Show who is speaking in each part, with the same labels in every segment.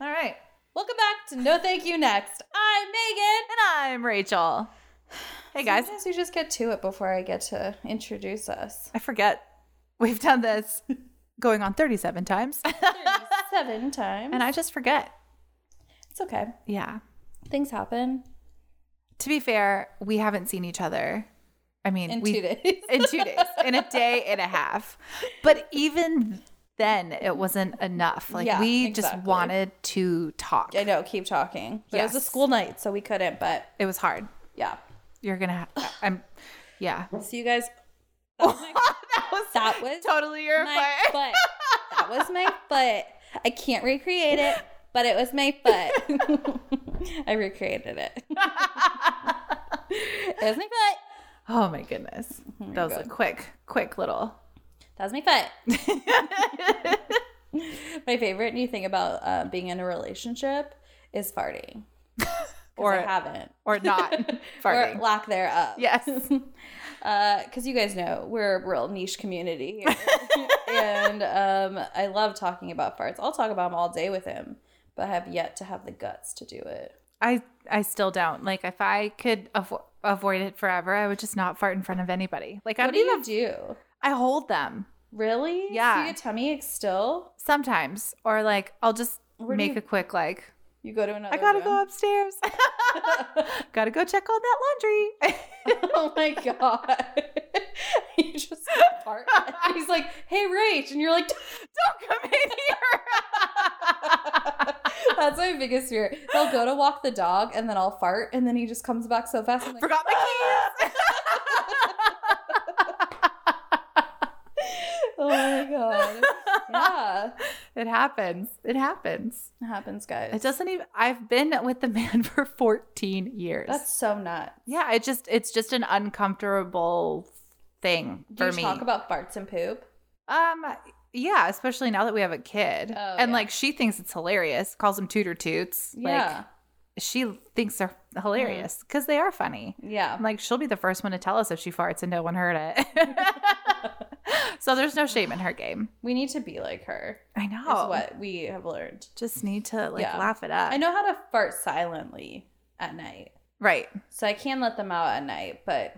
Speaker 1: All right. Welcome back to No Thank You Next. I'm Megan.
Speaker 2: And I'm Rachel. Hey guys,
Speaker 1: Sometimes we just get to it before I get to introduce us.
Speaker 2: I forget we've done this going on 37 times
Speaker 1: Seven times.
Speaker 2: and I just forget.
Speaker 1: it's okay.
Speaker 2: Yeah.
Speaker 1: Things happen
Speaker 2: To be fair, we haven't seen each other. I mean,
Speaker 1: in
Speaker 2: we,
Speaker 1: two days.
Speaker 2: in two days, in a day and a half. But even then, it wasn't enough. Like
Speaker 1: Yeah,
Speaker 2: we just
Speaker 1: exactly.
Speaker 2: wanted to talk.
Speaker 1: I know, keep talking. But it was
Speaker 2: Yes.
Speaker 1: a school night, so we couldn't, but
Speaker 2: It was hard.
Speaker 1: yeah.
Speaker 2: You're gonna. Ha- I'm. Yeah.
Speaker 1: So you guys that was my,
Speaker 2: that was
Speaker 1: that was
Speaker 2: totally your
Speaker 1: my
Speaker 2: foot.
Speaker 1: foot. That was my foot. I can't recreate it, but it was my foot. I recreated it. it was my foot.
Speaker 2: Oh my goodness. that was a
Speaker 1: God.
Speaker 2: quick, quick little.
Speaker 1: That was my foot. my favorite new thing about uh, being in a relationship is farting. Or
Speaker 2: Or-
Speaker 1: I haven't.
Speaker 2: Or not farting.
Speaker 1: Or lack thereof.
Speaker 2: yes.
Speaker 1: because you guys know we're a real niche community here. and um, i love talking about farts i'll talk about them all day with him but i have yet to have the guts to do it
Speaker 2: I I still don't. Like if I could avo- avoid it forever, I would just not fart in front of anybody. Like I
Speaker 1: what
Speaker 2: don't
Speaker 1: do
Speaker 2: even
Speaker 1: you do
Speaker 2: I hold them
Speaker 1: really so
Speaker 2: Yeah.
Speaker 1: you get tummy ache still
Speaker 2: sometimes or like I'll just
Speaker 1: Where do
Speaker 2: make
Speaker 1: you-
Speaker 2: a quick like
Speaker 1: you go to another
Speaker 2: I got to
Speaker 1: room.
Speaker 2: go upstairs. got to go check on that laundry.
Speaker 1: oh my god you just fart And he's like hey rach and you're like
Speaker 2: don't come in here.
Speaker 1: that's my biggest fear he'll go to walk the dog and then i'll fart and then he just comes back so fast I'm like,
Speaker 2: Forgot my keys.
Speaker 1: oh my god yeah
Speaker 2: It happens. It happens.
Speaker 1: it happens guys
Speaker 2: It doesn't even I've been with the man for 14 years.
Speaker 1: That's so nuts.
Speaker 2: yeah, it just it's just an uncomfortable thing
Speaker 1: Do
Speaker 2: for
Speaker 1: you
Speaker 2: me.
Speaker 1: talk about farts and poop?
Speaker 2: Um, yeah, especially now that we have a kid,
Speaker 1: Oh,
Speaker 2: and
Speaker 1: yeah.
Speaker 2: like she thinks it's hilarious, calls them Tudor toots.
Speaker 1: yeah. Mm.
Speaker 2: Like she thinks they're hilarious because they are funny.
Speaker 1: Yeah.
Speaker 2: I'm like she'll be the first one to tell us if she farts and no one heard it. so there's no shame in her game.
Speaker 1: We need to be like her.
Speaker 2: I
Speaker 1: Is
Speaker 2: know.
Speaker 1: what we have learned.
Speaker 2: Just need to like
Speaker 1: Yeah.
Speaker 2: laugh it up.
Speaker 1: I know how to fart silently at night.
Speaker 2: Right.
Speaker 1: So I can let them out at night, but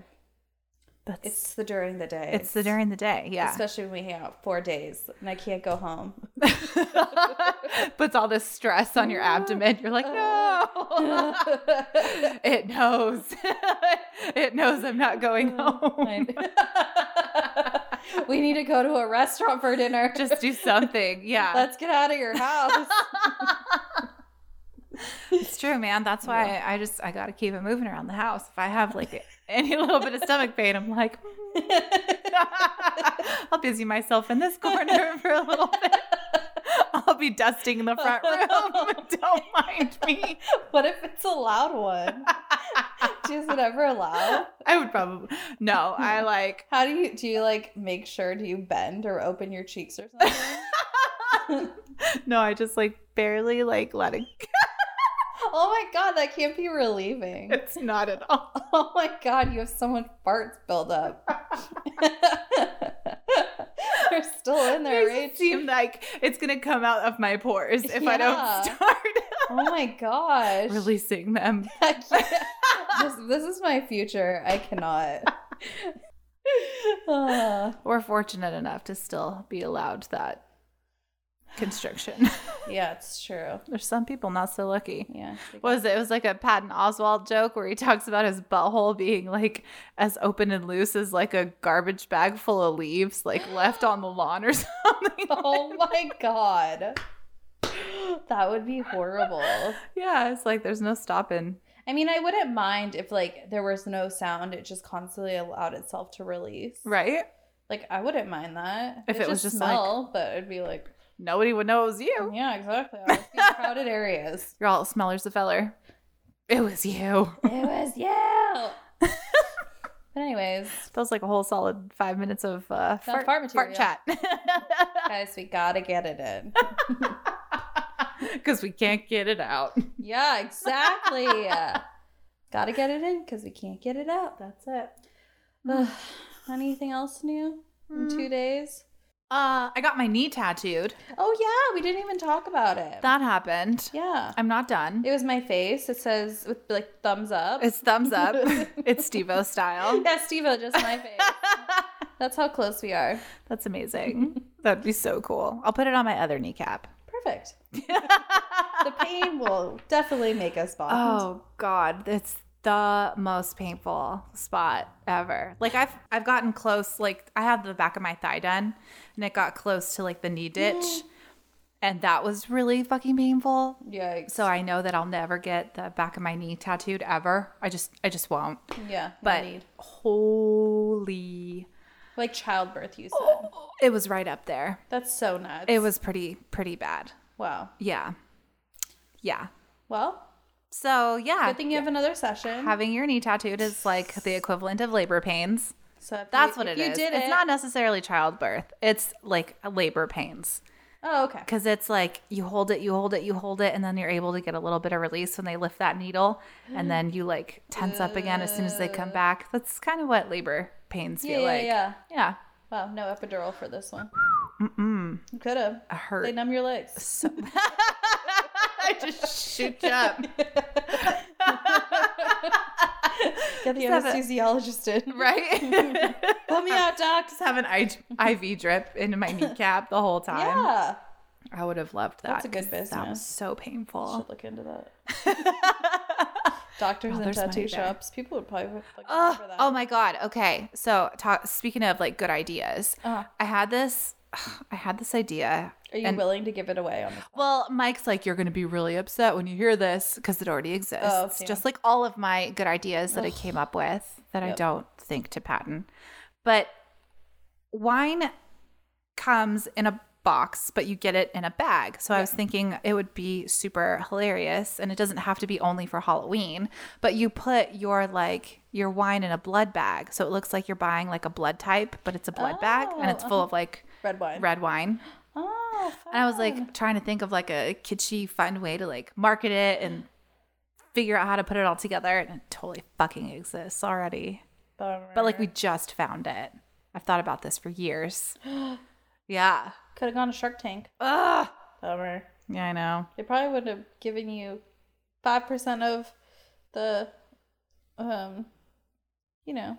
Speaker 2: That's it's,
Speaker 1: it's the during the day.
Speaker 2: the during the day. Yeah.
Speaker 1: Especially when we hang out four days and I can't go home.
Speaker 2: Puts all this stress on your abdomen. You're like, no. it knows. it knows I'm not going
Speaker 1: Oh,
Speaker 2: home.
Speaker 1: Mm, we need to go to a restaurant for dinner.
Speaker 2: Just do something. Yeah.
Speaker 1: let's get out of your house.
Speaker 2: it's true, man. That's why I just I gotta keep it moving around the house. If I have like any little bit of stomach pain, I'm like I'll busy myself in this corner for a little bit. I'll be dusting the front room. Don't mind me.
Speaker 1: what if it's a loud one? Is it ever allowed?
Speaker 2: I would probably no. I like
Speaker 1: How do you do you like make sure do you bend or open your cheeks or something?
Speaker 2: no. I just like barely like letting.
Speaker 1: oh my god, that can't be relieving.
Speaker 2: It's not at all.
Speaker 1: Oh my god, you have so much farts build up. They're still in there,
Speaker 2: It
Speaker 1: Rach.
Speaker 2: seem like it's gonna come out of my pores if I
Speaker 1: Yeah.
Speaker 2: don't start
Speaker 1: Oh my gosh.
Speaker 2: releasing them.
Speaker 1: I can't- this, this is my future. I cannot. Ah,
Speaker 2: We're fortunate enough to still be allowed that constriction.
Speaker 1: yeah, it's true.
Speaker 2: There's some people not so lucky.
Speaker 1: Yeah.
Speaker 2: What was it? It was like a Patton Oswald joke where he talks about his butthole being like as open and loose as like a garbage bag full of leaves, like left on the lawn or something.
Speaker 1: Oh my god. That would be horrible.
Speaker 2: yeah, it's like there's no stopping.
Speaker 1: I mean, I wouldn't mind if like there was no sound; it just constantly allowed itself to release.
Speaker 2: Right?
Speaker 1: Like I wouldn't mind that
Speaker 2: If
Speaker 1: It'd
Speaker 2: it was just, like-
Speaker 1: smell, but it'd be like,
Speaker 2: Nobody would know it was you.
Speaker 1: yeah, exactly. All these crowded areas.
Speaker 2: You're all smellers of feller. It was you.
Speaker 1: It was you. but anyways,
Speaker 2: That was like a whole solid five minutes of uh,
Speaker 1: Some
Speaker 2: fart,
Speaker 1: fart
Speaker 2: fart
Speaker 1: material.
Speaker 2: chat.
Speaker 1: guys, we gotta get it in.
Speaker 2: Because we can't get it out.
Speaker 1: Yeah, exactly. gotta get it in because we can't get it
Speaker 2: Mm.
Speaker 1: out. That's it. Ugh. Anything else new in two days?
Speaker 2: Uh, I got my knee tattooed.
Speaker 1: Oh yeah, we didn't even talk about it.
Speaker 2: That happened.
Speaker 1: yeah.
Speaker 2: I'm not done.
Speaker 1: It was my face. It says with like thumbs up.
Speaker 2: It's thumbs up. it's Stevo style.
Speaker 1: yeah, Steve, just my face. That's how close we are.
Speaker 2: That's amazing. That'd be so cool. I'll put it on my other kneecap.
Speaker 1: Perfect. the pain will definitely make us bond.
Speaker 2: Oh God, it's the most painful spot ever. Like I've I've gotten close. Like I have the back of my thigh done, and it got close to like the
Speaker 1: Mm.
Speaker 2: knee ditch, and that was really fucking painful.
Speaker 1: Yikes.
Speaker 2: So I know that I'll never get the back of my knee tattooed ever. I just I just won't.
Speaker 1: yeah, no
Speaker 2: But
Speaker 1: need.
Speaker 2: holy,
Speaker 1: like childbirth, you said.
Speaker 2: it was right up there.
Speaker 1: That's so nuts.
Speaker 2: Oh. It was pretty pretty bad.
Speaker 1: wow.
Speaker 2: Yeah, yeah.
Speaker 1: Well,
Speaker 2: So yeah,
Speaker 1: good thing you have another session.
Speaker 2: having your knee tattooed is like the equivalent of labor pains.
Speaker 1: so if
Speaker 2: That's
Speaker 1: you,
Speaker 2: what
Speaker 1: if
Speaker 2: it is.
Speaker 1: You did
Speaker 2: it's
Speaker 1: it.
Speaker 2: not necessarily childbirth. It's like labor pains
Speaker 1: Oh, okay.
Speaker 2: because it's like you hold it, you hold it, you hold it, and then you're able to get a little bit of release when they lift that needle, and then you like tense up again as soon as they come back. That's kind of what labor pains
Speaker 1: Yeah,
Speaker 2: feel
Speaker 1: yeah,
Speaker 2: like.
Speaker 1: yeah.
Speaker 2: yeah.
Speaker 1: Wow, no epidural for this one. Mm-mm. Could have.
Speaker 2: A hurt.
Speaker 1: They numb your legs.
Speaker 2: I just shoot you up.
Speaker 1: Get the
Speaker 2: have a-
Speaker 1: anesthesiologist in.
Speaker 2: Right?
Speaker 1: Pull me out, doc.
Speaker 2: just have an I- IV drip into my kneecap the whole time.
Speaker 1: Yeah.
Speaker 2: I would have loved that.
Speaker 1: That's a good
Speaker 2: 'cause That was
Speaker 1: business.
Speaker 2: so painful.
Speaker 1: Should look into that. Doctors and
Speaker 2: there's money
Speaker 1: tattoo
Speaker 2: there.
Speaker 1: shops. People would probably fucking pay
Speaker 2: Ugh.
Speaker 1: for that.
Speaker 2: oh my god. Okay. So ta- speaking of like good ideas,
Speaker 1: Uh-huh.
Speaker 2: I had this. I had this idea.
Speaker 1: Are you
Speaker 2: and-
Speaker 1: willing to give it away? On the-
Speaker 2: Well, Mike's like, you're going to be really upset when you hear this because it already exists.
Speaker 1: Oh, damn.
Speaker 2: Just like all of my good ideas that I came up with that I
Speaker 1: Yep.
Speaker 2: don't think to patent. But wine comes in a box, but you get it in a bag. So I was thinking it would be super hilarious and it doesn't have to be only for Halloween, but you put your like your wine in a blood bag. So it looks like you're buying like a blood type, but it's a blood bag
Speaker 1: Oh,
Speaker 2: and it's
Speaker 1: uh-huh.
Speaker 2: full of like
Speaker 1: Red wine.
Speaker 2: red wine.
Speaker 1: Oh, fun.
Speaker 2: And I was like trying to think of like a kitschy, fun way to like market it and figure out how to put it all together. And it totally fucking exists already. But like we just found it. I've thought about this for years. yeah.
Speaker 1: could have gone to Shark Tank.
Speaker 2: Ugh.
Speaker 1: Bummer.
Speaker 2: Yeah, I know.
Speaker 1: They probably would have given you five percent of the, um, you know,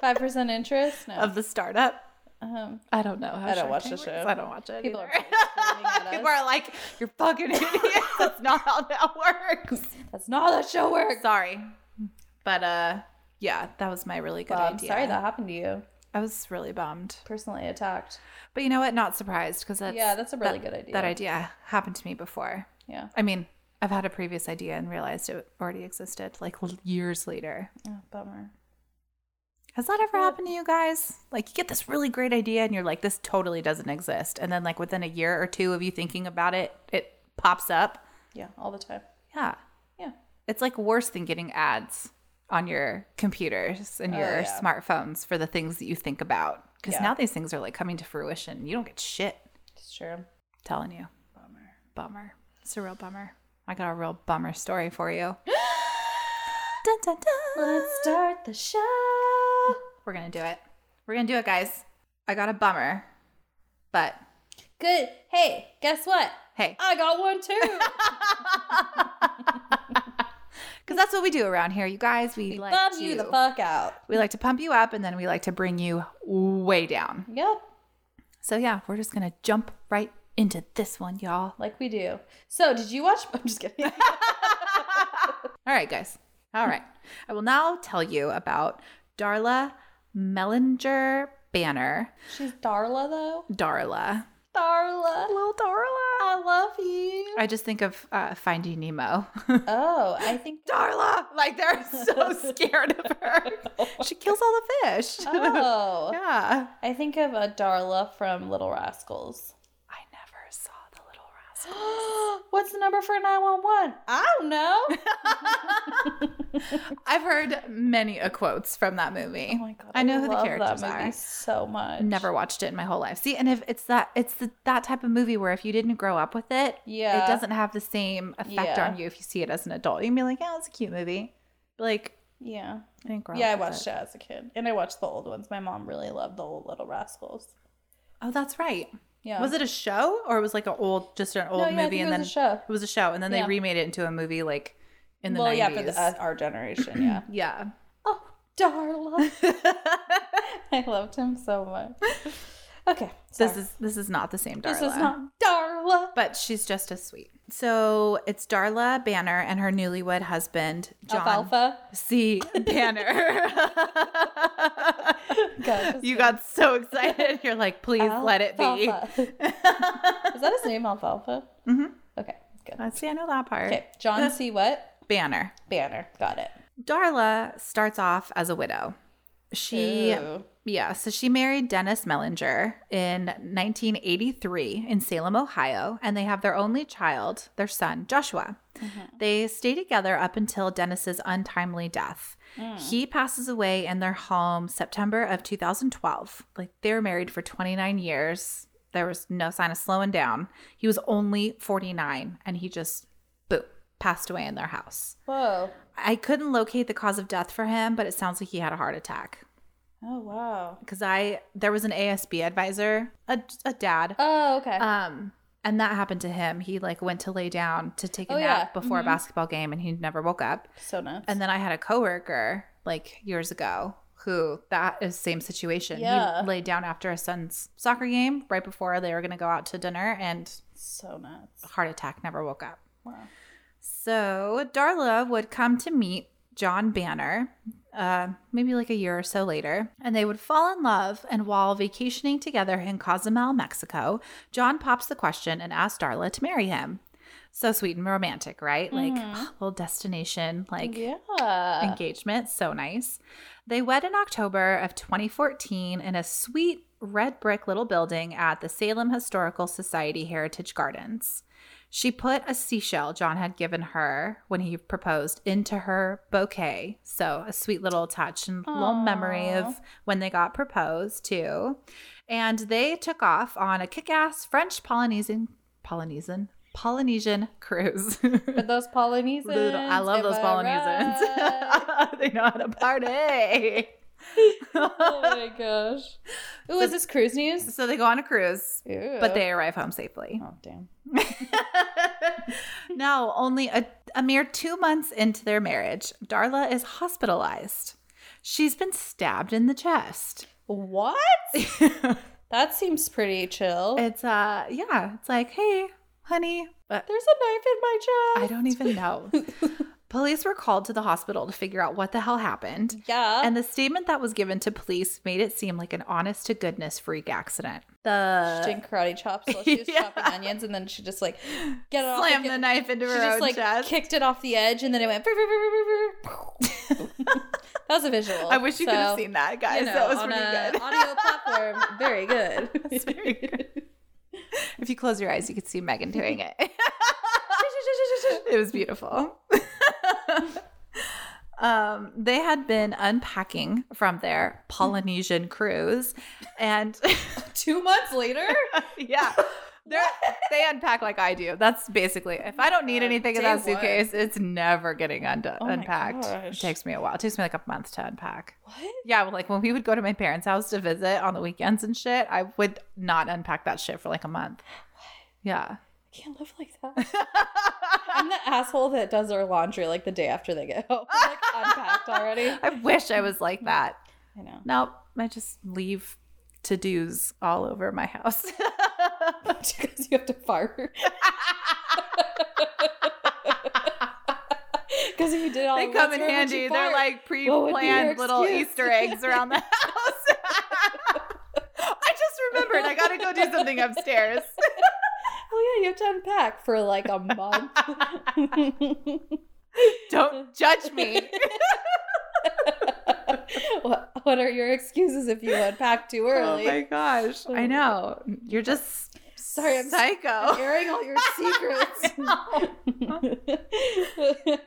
Speaker 1: five percent interest. No,
Speaker 2: Of the startup.
Speaker 1: um,
Speaker 2: I don't know. How
Speaker 1: I don't
Speaker 2: Shark
Speaker 1: watch
Speaker 2: Tank
Speaker 1: the
Speaker 2: works.
Speaker 1: show.
Speaker 2: I don't watch it.
Speaker 1: people
Speaker 2: either.
Speaker 1: are probably screaming at
Speaker 2: People
Speaker 1: us.
Speaker 2: are like, you're fucking idiots. That's not how that works.
Speaker 1: That's not how that show works.
Speaker 2: Sorry. But uh yeah, that was my really good
Speaker 1: Well, I'm
Speaker 2: idea.
Speaker 1: sorry that happened to you.
Speaker 2: I was really bummed.
Speaker 1: Personally attacked.
Speaker 2: But you know what? Not surprised because that's
Speaker 1: Yeah, that's a really
Speaker 2: that-
Speaker 1: good idea.
Speaker 2: That idea happened to me before.
Speaker 1: Yeah.
Speaker 2: I mean, I've had a previous idea and realized it already existed like l- years later.
Speaker 1: Oh, bummer.
Speaker 2: Has that ever happened to you guys? Like, you get this really great idea and you're like, this totally doesn't exist. And then, like, within a year or two of you thinking about it, it pops up.
Speaker 1: Yeah, all the time.
Speaker 2: Yeah.
Speaker 1: Yeah.
Speaker 2: It's like worse than getting ads on your computers and
Speaker 1: Oh,
Speaker 2: your
Speaker 1: yeah.
Speaker 2: smartphones for the things that you think about. Because
Speaker 1: Yeah.
Speaker 2: now these things are like coming to fruition. You don't get shit.
Speaker 1: It's true.
Speaker 2: telling you.
Speaker 1: Bummer.
Speaker 2: Bummer. It's a real bummer. I got a real bummer story for you. Dun, dun, dun.
Speaker 1: Let's start the show.
Speaker 2: We're going to do it. We're going to do it, guys. I got a bummer, but
Speaker 1: Good. Hey, guess what?
Speaker 2: hey,
Speaker 1: I got one too.
Speaker 2: because that's what we do around here, you guys. We like
Speaker 1: Bum
Speaker 2: to,
Speaker 1: you the fuck out.
Speaker 2: we like to pump you up, and then we like to bring you way down.
Speaker 1: Yep,
Speaker 2: So yeah, we're just gonna jump right into this one, y'all.
Speaker 1: like we do. So, did you watch? I'm just kidding.
Speaker 2: All right, guys. All right. I will now tell you about Darla Mellinger Banner.
Speaker 1: She's Darla though.
Speaker 2: Darla.
Speaker 1: Darla,
Speaker 2: Little Darla.
Speaker 1: I love you.
Speaker 2: I just think of uh, Finding Nemo.
Speaker 1: Oh, I think.
Speaker 2: Darla, like they're so scared of her. She kills all the fish.
Speaker 1: Oh,
Speaker 2: yeah.
Speaker 1: I think of a Darla from Little Rascals.
Speaker 2: I never saw the little rascal.
Speaker 1: What's the number for 911? I don't know. Oh
Speaker 2: I've heard many a quotes from that movie.
Speaker 1: Oh my god.
Speaker 2: I know who the
Speaker 1: love
Speaker 2: characters
Speaker 1: that movie
Speaker 2: are.
Speaker 1: so much.
Speaker 2: Never watched it in my whole life. See, and if it's that it's the, that type of movie where if you didn't grow up with it,
Speaker 1: Yeah.
Speaker 2: it doesn't have the same effect
Speaker 1: Yeah.
Speaker 2: on you if you see it as an adult. You can be like, yeah, it's a cute movie. But, Like
Speaker 1: Yeah.
Speaker 2: I didn't grow
Speaker 1: Yeah, I
Speaker 2: up with
Speaker 1: watched it as a kid. And I watched the old ones. My mom really loved the old Little Rascals.
Speaker 2: Oh, that's right.
Speaker 1: Yeah.
Speaker 2: Was it a show or it was like an old, just an old
Speaker 1: no, yeah, I
Speaker 2: movie,
Speaker 1: think
Speaker 2: and
Speaker 1: it
Speaker 2: then
Speaker 1: was a show.
Speaker 2: it was a show, and then
Speaker 1: Yeah.
Speaker 2: they remade it into a movie like in the
Speaker 1: well,
Speaker 2: 90s.
Speaker 1: yeah, for the, uh, our generation, yeah.
Speaker 2: yeah.
Speaker 1: oh, Darla. I loved him so much. Okay.
Speaker 2: This
Speaker 1: sorry.
Speaker 2: is this is not the same Darla.
Speaker 1: This is not Darla.
Speaker 2: but she's just as sweet. So it's Darla Banner and her newlywed husband John
Speaker 1: Alfalfa.
Speaker 2: C. Banner.
Speaker 1: God, just
Speaker 2: you got so excited. You're like, please let it be.
Speaker 1: Alfalfa. is that his name, Alfalfa?
Speaker 2: Mhm.
Speaker 1: Okay, good.
Speaker 2: Let's see, I know that part.
Speaker 1: Okay, John C. What?
Speaker 2: Banner.
Speaker 1: Banner. Got it.
Speaker 2: Darla starts off as a widow. She
Speaker 1: Ooh.
Speaker 2: Yeah, so she married Dennis Mellinger in 1983 in Salem, Ohio, and they have their only child, their son, Joshua. They stay together up until Dennis's untimely death. He passes away in their home September of 2012. Like they were married for 29 years. There was no sign of slowing down. He was only 49 and he just boom, passed away in their house.
Speaker 1: Whoa.
Speaker 2: I couldn't locate the cause of death for him, but it sounds like he had a heart attack
Speaker 1: Oh wow.
Speaker 2: because I there was an ASB advisor, a, a dad,
Speaker 1: Oh okay.
Speaker 2: um, and that happened to him. He like went to lay down to take a
Speaker 1: Oh,
Speaker 2: nap
Speaker 1: yeah.
Speaker 2: before a basketball game, and he never woke up.
Speaker 1: so nuts.
Speaker 2: And then I had a coworker like years ago who that is same situation.
Speaker 1: Yeah.
Speaker 2: He laid down after his son's soccer game right before they were going to go out to dinner, and
Speaker 1: so nuts.
Speaker 2: heart attack, never woke up.
Speaker 1: Wow.
Speaker 2: So Darla would come to meet John Banner, uh, maybe like a year or so later, and they would fall in love. And while vacationing together in Cozumel, Mexico, John pops the question and asks Darla to marry him. So sweet and romantic, right? Like ah, little destination, like
Speaker 1: Yeah.
Speaker 2: engagement. So nice. They wed in October of 2014 in a sweet red brick little building at the Salem Historical Society Heritage Gardens. She put a seashell John had given her when he proposed into her bouquet. So, a sweet little touch and little memory of when they got proposed, too. And they took off on a kick ass French Polynesian, Polynesian, Polynesian cruise.
Speaker 1: But those Polynesians.
Speaker 2: Little- I love
Speaker 1: am
Speaker 2: those
Speaker 1: I right?
Speaker 2: Polynesians. they know how to party.
Speaker 1: oh my gosh. Ooh, is this cruise news?
Speaker 2: so they go on a cruise,
Speaker 1: Ew.
Speaker 2: but they arrive home safely.
Speaker 1: Oh damn.
Speaker 2: now, only a, a mere two months into their marriage, Darla is hospitalized. She's been stabbed in the chest.
Speaker 1: What? that seems pretty chill.
Speaker 2: It's uh, yeah, it's like, hey, honey, but
Speaker 1: There's a knife in my chest.
Speaker 2: I don't even know. Police were called to the hospital to figure out what the hell happened.
Speaker 1: Yeah.
Speaker 2: And the statement that was given to police made it seem like an honest to goodness freak accident. The
Speaker 1: she did karate chops while she was
Speaker 2: uh, Yeah.
Speaker 1: chopping onions, and then she just like get it off.
Speaker 2: slammed
Speaker 1: again.
Speaker 2: the knife into
Speaker 1: She
Speaker 2: her
Speaker 1: just
Speaker 2: own
Speaker 1: like
Speaker 2: chest.
Speaker 1: kicked it off the edge, and then it went. "Brr, brr, brr, brr, brr." that was a visual.
Speaker 2: I wish you could have
Speaker 1: So,
Speaker 2: seen that, guys.
Speaker 1: you know,
Speaker 2: that was
Speaker 1: on
Speaker 2: pretty
Speaker 1: a
Speaker 2: good.
Speaker 1: audio platform, very good.
Speaker 2: It's very good. if you close your eyes, you could see Megan doing it. it was beautiful. um, they had been unpacking from their Polynesian cruise, and
Speaker 1: Two months later,
Speaker 2: yeah. They're, they unpack like I do. That's basically if I don't need anything in
Speaker 1: Day
Speaker 2: that suitcase, it's never getting undo-
Speaker 1: Oh my
Speaker 2: unpacked. It
Speaker 1: gosh.
Speaker 2: takes me a while. It takes me like a month to unpack.
Speaker 1: what?
Speaker 2: Yeah, well, like when we would go to my parents' house to visit on the weekends and shit, I would not unpack that shit for like a month. Yeah.
Speaker 1: I can't live like that. I'm the asshole that does their laundry like the day after they get home, like unpacked already.
Speaker 2: I wish I was like that.
Speaker 1: I know.
Speaker 2: Nope. I just leave to dos all over my house.
Speaker 1: because you have to fire. Because if you did all
Speaker 2: they
Speaker 1: the
Speaker 2: come in
Speaker 1: work, why would you
Speaker 2: handy.
Speaker 1: fart?
Speaker 2: They're like pre
Speaker 1: What would be your
Speaker 2: planned little
Speaker 1: excuse?
Speaker 2: Easter eggs around the house. I just remembered I gotta go do something upstairs.
Speaker 1: oh yeah, you have to unpack for like a month.
Speaker 2: Don't judge me.
Speaker 1: what, what are your excuses if you unpack too early?
Speaker 2: Oh my gosh. I know. You're just
Speaker 1: Sorry, I'm
Speaker 2: psycho.
Speaker 1: Airing all your secrets.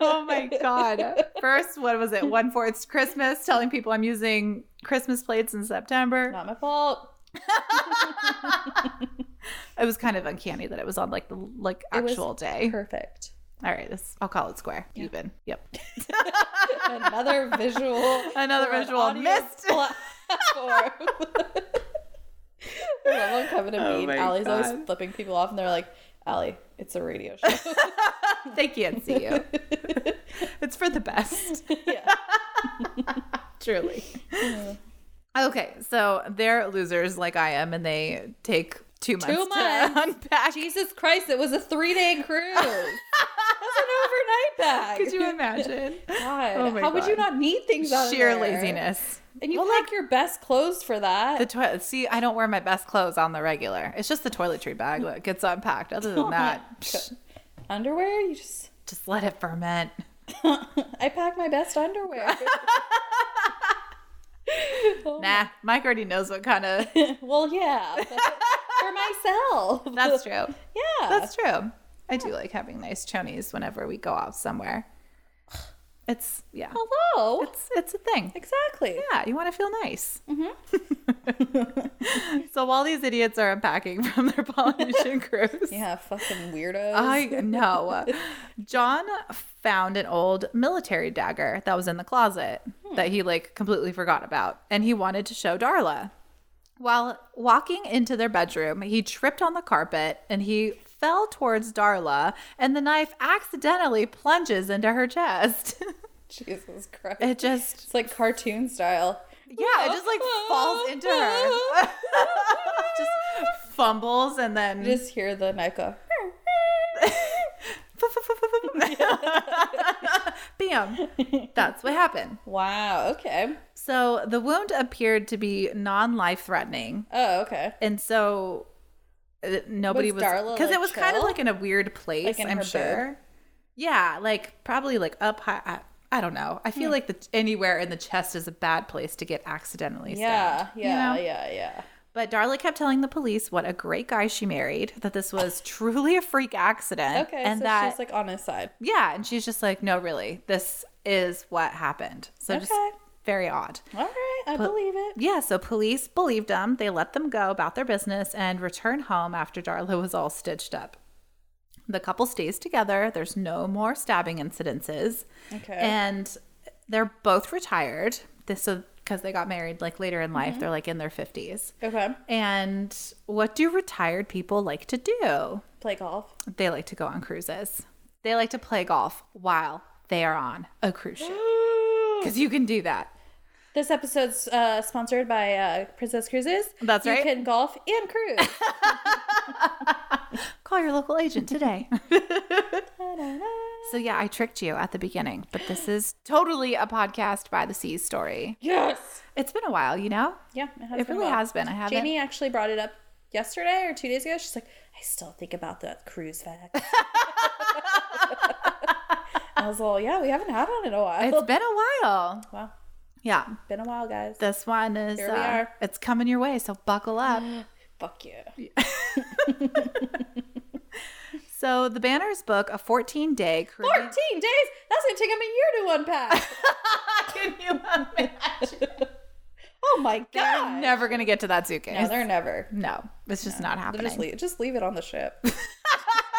Speaker 2: Oh my god. First, what was it? One fourth Christmas, telling people I'm using Christmas plates in September.
Speaker 1: Not my fault.
Speaker 2: it was kind of uncanny that it was on like the like
Speaker 1: It was
Speaker 2: actual day.
Speaker 1: Perfect.
Speaker 2: All right, this, I'll call it square.
Speaker 1: Yeah.
Speaker 2: Even. Yep.
Speaker 1: Another visual.
Speaker 2: Another
Speaker 1: for an
Speaker 2: visual
Speaker 1: audio
Speaker 2: missed.
Speaker 1: Platform. I love when Kevin and
Speaker 2: Oh
Speaker 1: Bean,
Speaker 2: my
Speaker 1: Allie's always
Speaker 2: God.
Speaker 1: flipping people off, and they're like, Allie, it's a radio show.
Speaker 2: they can't see you. it's for the best.
Speaker 1: yeah.
Speaker 2: Truly. okay, so they're losers like I am, and they take two months,
Speaker 1: months.
Speaker 2: to unpack.
Speaker 1: Jesus Christ, it was a three day cruise. That's an overnight bag.
Speaker 2: Could you imagine?
Speaker 1: God,
Speaker 2: Oh my
Speaker 1: how would you
Speaker 2: God.
Speaker 1: not need things out of
Speaker 2: Sheer
Speaker 1: there?
Speaker 2: laziness.
Speaker 1: And you pack your best clothes for that.
Speaker 2: The toilet. See, I don't wear my best clothes on the regular. It's just the toiletry bag that gets unpacked. Other than that, psh,
Speaker 1: underwear? You just
Speaker 2: just let it ferment.
Speaker 1: I pack my best underwear. Oh my-
Speaker 2: Nah, Mike already knows what kind of.
Speaker 1: Well, yeah. but For myself.
Speaker 2: That's true.
Speaker 1: Yeah.
Speaker 2: That's true. I do like having nice chonies whenever we go out somewhere. It's yeah.
Speaker 1: Hello.
Speaker 2: It's it's a thing.
Speaker 1: exactly.
Speaker 2: Yeah, you want to feel nice. so while these idiots are unpacking from their Polynesian cruise,
Speaker 1: Yeah, fucking weirdos.
Speaker 2: I know. John found an old military dagger that was in the closet that he like completely forgot about and he wanted to show Darla. While walking into their bedroom, he tripped on the carpet and he fell towards Darla and the knife accidentally plunges into her chest.
Speaker 1: Jesus Christ.
Speaker 2: it just
Speaker 1: it's like cartoon style.
Speaker 2: yeah, it just like falls into her. just fumbles and then
Speaker 1: You just hear the knife go.
Speaker 2: Bam. That's what happened.
Speaker 1: Wow. Okay.
Speaker 2: So the wound appeared to be non life threatening.
Speaker 1: Oh, okay.
Speaker 2: And so uh, nobody
Speaker 1: Was
Speaker 2: was.
Speaker 1: Darla,
Speaker 2: Because
Speaker 1: like,
Speaker 2: it was kind of
Speaker 1: chill?
Speaker 2: like in a weird place,
Speaker 1: Like in
Speaker 2: I'm
Speaker 1: her
Speaker 2: sure. Yeah, like probably like up high. I, I don't know. I
Speaker 1: Hmm.
Speaker 2: feel like the, anywhere in the chest is a bad place to get accidentally
Speaker 1: Yeah.
Speaker 2: stabbed. you
Speaker 1: Yeah.
Speaker 2: know?
Speaker 1: Yeah. Yeah.
Speaker 2: But Darla kept telling the police what a great guy she married, that this was truly a freak accident.
Speaker 1: Okay.
Speaker 2: And
Speaker 1: so
Speaker 2: that
Speaker 1: she's like on his side.
Speaker 2: Yeah, and she's just like, no, really, this is what happened. So just
Speaker 1: Okay.
Speaker 2: very odd.
Speaker 1: All right. I believe it.
Speaker 2: Yeah, so police believed them. They let them go about their business and returned home after Darla was all stitched up. The couple stays together. There's no more stabbing incidences.
Speaker 1: Okay.
Speaker 2: And they're both retired. This so because they got married like later in
Speaker 1: Mm-hmm.
Speaker 2: life. They're like in their 50s.
Speaker 1: okay.
Speaker 2: And what do retired people like to do?
Speaker 1: Play golf.
Speaker 2: They like to go on cruises. They like to play golf while they are on a cruise ship. Because you can do that.
Speaker 1: This episode's uh, sponsored by uh, Princess Cruises.
Speaker 2: That's
Speaker 1: you
Speaker 2: right.
Speaker 1: You can golf and cruise.
Speaker 2: Call your local agent today. so, yeah, I tricked you at the beginning, but this is totally a podcast by the sea story.
Speaker 1: yes.
Speaker 2: It's been a while, you know?
Speaker 1: Yeah, it, has
Speaker 2: It
Speaker 1: been a
Speaker 2: really
Speaker 1: while.
Speaker 2: has been. I haven't.
Speaker 1: Jamie actually brought it up yesterday or two days ago. She's like, I still think about that cruise fact. I was like, yeah, we haven't had one in a while.
Speaker 2: It's been a while.
Speaker 1: wow,
Speaker 2: Yeah.
Speaker 1: been a while, guys.
Speaker 2: This one is,
Speaker 1: Here we
Speaker 2: uh,
Speaker 1: are.
Speaker 2: it's coming your way. So, buckle up.
Speaker 1: Fuck you.
Speaker 2: so, the Banners book a 14 day cruise.
Speaker 1: 14 days? That's going to take them a year to unpack.
Speaker 2: Can you imagine?
Speaker 1: oh my God.
Speaker 2: They're never going to get to that suitcase.
Speaker 1: No, they're never.
Speaker 2: No, it's just not
Speaker 1: They're
Speaker 2: happening.
Speaker 1: Just leave, just leave it on the ship.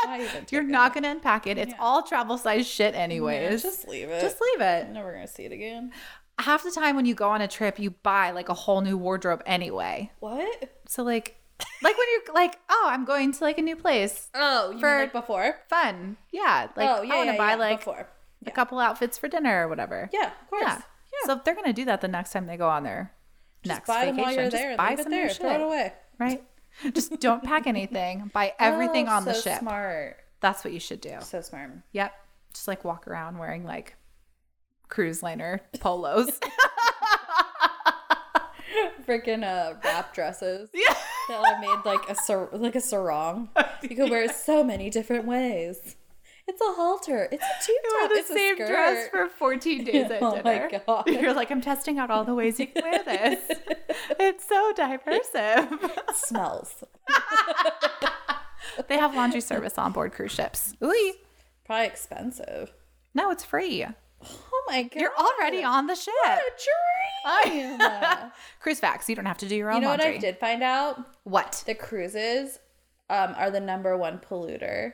Speaker 1: Not even
Speaker 2: You're
Speaker 1: take it.
Speaker 2: not going to unpack it. It's all travel size shit, anyways. just,
Speaker 1: Just leave it.
Speaker 2: leave it.
Speaker 1: I'm never going to see it again.
Speaker 2: Half the time when you go on a trip, you buy like a whole new wardrobe anyway.
Speaker 1: What?
Speaker 2: So, like, like when you're like, oh, I'm going to like a new place.
Speaker 1: Oh, you
Speaker 2: For-
Speaker 1: mean like before?
Speaker 2: Fun. Yeah. Like,
Speaker 1: oh, yeah.
Speaker 2: I want to
Speaker 1: yeah,
Speaker 2: buy
Speaker 1: yeah,
Speaker 2: like
Speaker 1: before.
Speaker 2: a couple outfits for dinner or whatever.
Speaker 1: Yeah, of course.
Speaker 2: Yeah. So, if they're going to do that the next time they go on their
Speaker 1: Just
Speaker 2: next
Speaker 1: buy
Speaker 2: vacation,
Speaker 1: them while you're
Speaker 2: just
Speaker 1: there.
Speaker 2: buy
Speaker 1: Leave it
Speaker 2: some new
Speaker 1: there.
Speaker 2: shit.
Speaker 1: Throw it away.
Speaker 2: Right? just don't pack anything. Buy everything
Speaker 1: Oh,
Speaker 2: on the
Speaker 1: so
Speaker 2: ship.
Speaker 1: Smart.
Speaker 2: That's what you should do.
Speaker 1: So smart.
Speaker 2: Yep. Just like walk around wearing like cruise liner polos.
Speaker 1: Freaking uh, wrap dresses
Speaker 2: yeah.
Speaker 1: that I made like a sar- like a sarong. You could wear it so many different ways. It's a halter. It's a tube
Speaker 2: You
Speaker 1: top.
Speaker 2: wore the
Speaker 1: it's
Speaker 2: same
Speaker 1: a skirt.
Speaker 2: dress for 14 days at
Speaker 1: Oh my
Speaker 2: dinner.
Speaker 1: God.
Speaker 2: You're like, I'm testing out all the ways you can wear this. it's so diversive.
Speaker 1: Smells.
Speaker 2: they have laundry service on board cruise ships. Ooh.
Speaker 1: Probably expensive.
Speaker 2: No, it's free.
Speaker 1: Oh my god.
Speaker 2: You're already on the ship.
Speaker 1: a dream.
Speaker 2: Cruise facts. You don't have to do your own
Speaker 1: uh, you know what
Speaker 2: laundry.
Speaker 1: I did find out?
Speaker 2: What?
Speaker 1: The cruises um, are the number one polluter.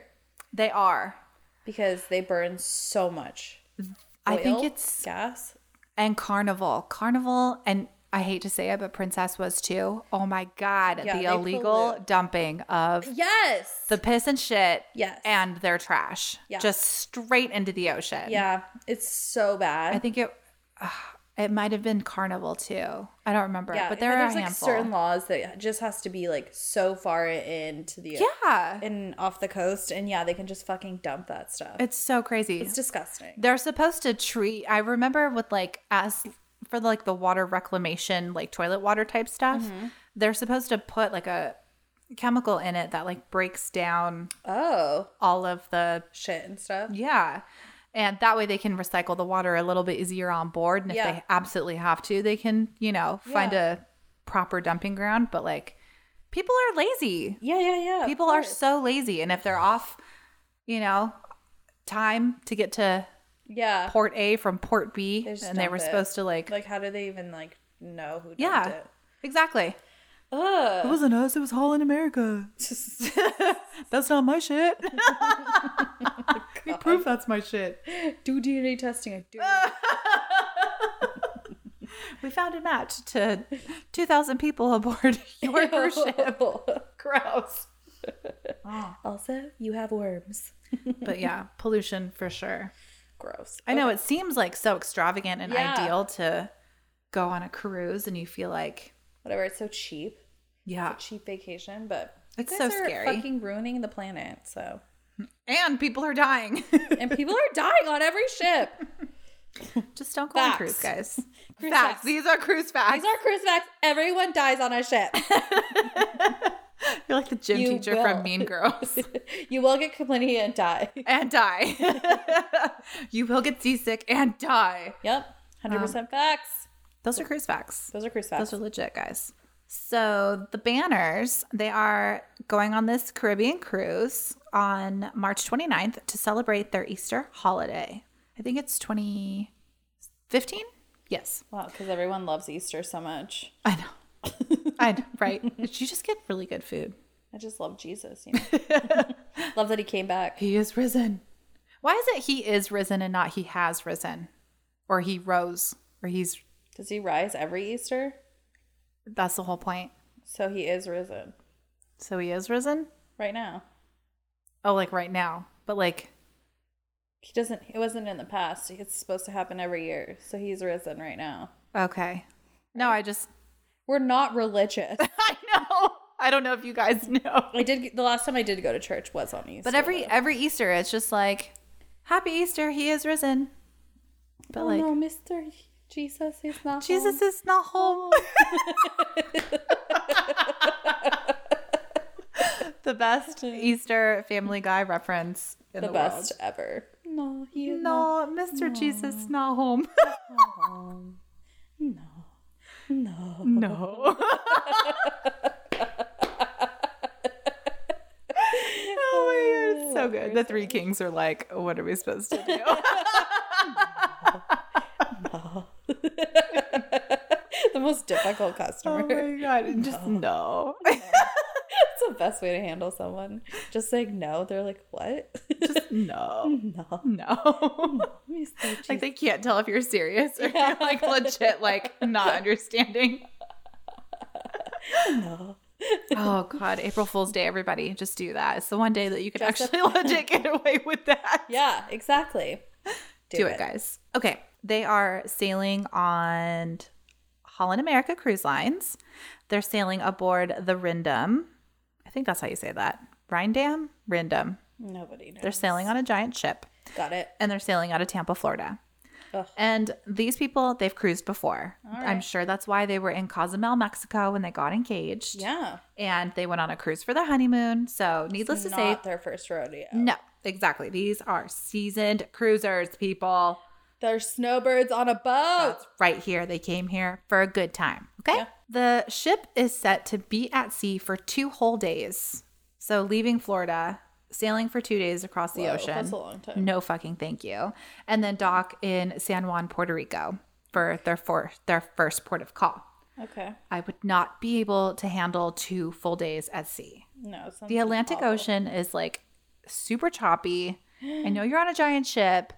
Speaker 2: They are.
Speaker 1: because they burn so much.
Speaker 2: I think
Speaker 1: Oil,
Speaker 2: it's
Speaker 1: gas.
Speaker 2: and Carnival. Carnival and I hate to say it, but Princess was too. Oh my god,
Speaker 1: Yeah,
Speaker 2: the
Speaker 1: they
Speaker 2: illegal
Speaker 1: pollute.
Speaker 2: dumping of
Speaker 1: Yes.
Speaker 2: the piss and shit
Speaker 1: yes.
Speaker 2: and their trash.
Speaker 1: Yeah.
Speaker 2: Just straight into the ocean.
Speaker 1: yeah, it's so bad.
Speaker 2: I think it ah, it might have been Carnival too. I don't remember.
Speaker 1: yeah,
Speaker 2: but
Speaker 1: and
Speaker 2: there
Speaker 1: then
Speaker 2: are a
Speaker 1: there's like
Speaker 2: handful.
Speaker 1: certain laws that just has to be like so far into the
Speaker 2: yeah.
Speaker 1: and off the coast, and yeah, they can just fucking dump that stuff.
Speaker 2: it's so crazy.
Speaker 1: It's disgusting.
Speaker 2: They're supposed to treat I remember with like as for like the water reclamation, like toilet water type stuff,
Speaker 1: Mm-hmm.
Speaker 2: they're supposed to put like a chemical in it that like breaks down
Speaker 1: oh,
Speaker 2: all of the
Speaker 1: shit and stuff.
Speaker 2: yeah. And that way they can recycle the water a little bit easier on board. And if
Speaker 1: Yeah.
Speaker 2: they absolutely have to, they can, you know, find
Speaker 1: Yeah.
Speaker 2: a proper dumping ground. But like people are lazy.
Speaker 1: Yeah, yeah, yeah. of
Speaker 2: people are
Speaker 1: course.
Speaker 2: so lazy. And if they're off, you know, time to get to
Speaker 1: yeah.
Speaker 2: port A from port B
Speaker 1: They just
Speaker 2: and they
Speaker 1: dump
Speaker 2: were
Speaker 1: it.
Speaker 2: supposed to like,
Speaker 1: Like, how do they even like know who? Dumped
Speaker 2: yeah,
Speaker 1: It?
Speaker 2: exactly.
Speaker 1: Ugh.
Speaker 2: wasn't us. It was Holland America. that's not my shit. we prove that's my shit.
Speaker 1: do DNA testing. I do.
Speaker 2: We found a match to 2,000 people aboard your ship. Gross. Oh.
Speaker 1: Also, you have worms.
Speaker 2: But yeah, pollution for sure.
Speaker 1: Gross.
Speaker 2: I know it seems like so extravagant and
Speaker 1: Yeah.
Speaker 2: ideal to go on a cruise and you feel like,
Speaker 1: Whatever. It's so cheap.
Speaker 2: yeah.
Speaker 1: Cheap vacation, but
Speaker 2: It's
Speaker 1: you guys
Speaker 2: so
Speaker 1: are
Speaker 2: scary.
Speaker 1: Fucking ruining the planet. So,
Speaker 2: And people are dying.
Speaker 1: and people are dying on every ship.
Speaker 2: Just don't go on
Speaker 1: Facts.
Speaker 2: cruise, guys.
Speaker 1: Cruise
Speaker 2: facts.
Speaker 1: facts.
Speaker 2: These are cruise facts.
Speaker 1: These are cruise facts. Everyone dies on a ship.
Speaker 2: You're like the gym
Speaker 1: You
Speaker 2: teacher
Speaker 1: will.
Speaker 2: from Mean Girls.
Speaker 1: you will get chlamydia and die.
Speaker 2: and die. you will get seasick and die.
Speaker 1: Yep. Hundred percent facts.
Speaker 2: Those are cruise facts.
Speaker 1: Those are cruise facts.
Speaker 2: Those are legit, guys. So the banners, they are going on this Caribbean cruise on March 29th to celebrate their Easter holiday. I think it's 2015? Yes.
Speaker 1: wow, because everyone loves Easter so much.
Speaker 2: I know. I know, right. You just get really good food.
Speaker 1: I just love Jesus. You know? love that he came back.
Speaker 2: He is risen. Why is it he is risen and not he has risen? Or he rose? Or he's
Speaker 1: Does he rise every Easter?
Speaker 2: that's the whole point.
Speaker 1: So he is risen
Speaker 2: So he is risen?
Speaker 1: right now.
Speaker 2: Oh, like right now. But like
Speaker 1: He doesn't. It wasn't in the past. It's supposed to happen every year. So he's risen right now.
Speaker 2: okay. No, I just
Speaker 1: We're not religious.
Speaker 2: I know. I don't know if you guys know.
Speaker 1: I did the last time I did go to church was on Easter.
Speaker 2: But every
Speaker 1: though.
Speaker 2: every Easter it's just like Happy Easter, he is risen. But
Speaker 1: oh
Speaker 2: like
Speaker 1: no, Mister Jesus is not
Speaker 2: Jesus
Speaker 1: home.
Speaker 2: is not home. the best Easter family guy reference in the,
Speaker 1: the best ever. No, he is not
Speaker 2: world. No, Mr. Jesus not home.
Speaker 1: home. No, no.
Speaker 2: No. oh my god, it's so good. The three kings are like, what are we supposed to do?
Speaker 1: the most difficult customer.
Speaker 2: Oh my god, and just no.
Speaker 1: That's the best way to handle someone. Just like no, they're like what?
Speaker 2: just no.
Speaker 1: no,
Speaker 2: No.
Speaker 1: Mr. Jesus.
Speaker 2: like they can't tell if you're serious or you're like legit like not understanding.
Speaker 1: no.
Speaker 2: Oh god, April Fool's Day, everybody. Just do that. It's the one day that you can actually legit get away with that.
Speaker 1: Yeah, exactly.
Speaker 2: do it, guys. Okay. They are sailing on Holland America Cruise Lines. They're sailing aboard the Rindam. I think that's how you say that. Rindam? Rindam.
Speaker 1: Nobody knows.
Speaker 2: They're sailing on a giant ship
Speaker 1: Got it.
Speaker 2: and they're sailing out of Tampa, Florida.
Speaker 1: Ugh.
Speaker 2: And these people, they've cruised before. I'm
Speaker 1: right.
Speaker 2: sure that's why they were in Cozumel, Mexico when they got engaged.
Speaker 1: Yeah.
Speaker 2: And they went on a cruise for their honeymoon. So, needless to
Speaker 1: Not
Speaker 2: say,
Speaker 1: their first rodeo.
Speaker 2: no, exactly. These are seasoned cruisers, people.
Speaker 1: They're snowbirds on a boat.
Speaker 2: That's right here. They came here for a good time. Okay.
Speaker 1: Yeah.
Speaker 2: The ship is set to be at sea for two whole days. So leaving Florida, sailing for two days across the
Speaker 1: Whoa,
Speaker 2: ocean.
Speaker 1: That's a long time.
Speaker 2: No fucking thank you. And then dock in San Juan, Puerto Rico for their for their first port of call.
Speaker 1: Okay.
Speaker 2: I would not be able to handle two full days at sea.
Speaker 1: No.
Speaker 2: The Atlantic Ocean is like super choppy. I know you're on a giant ship,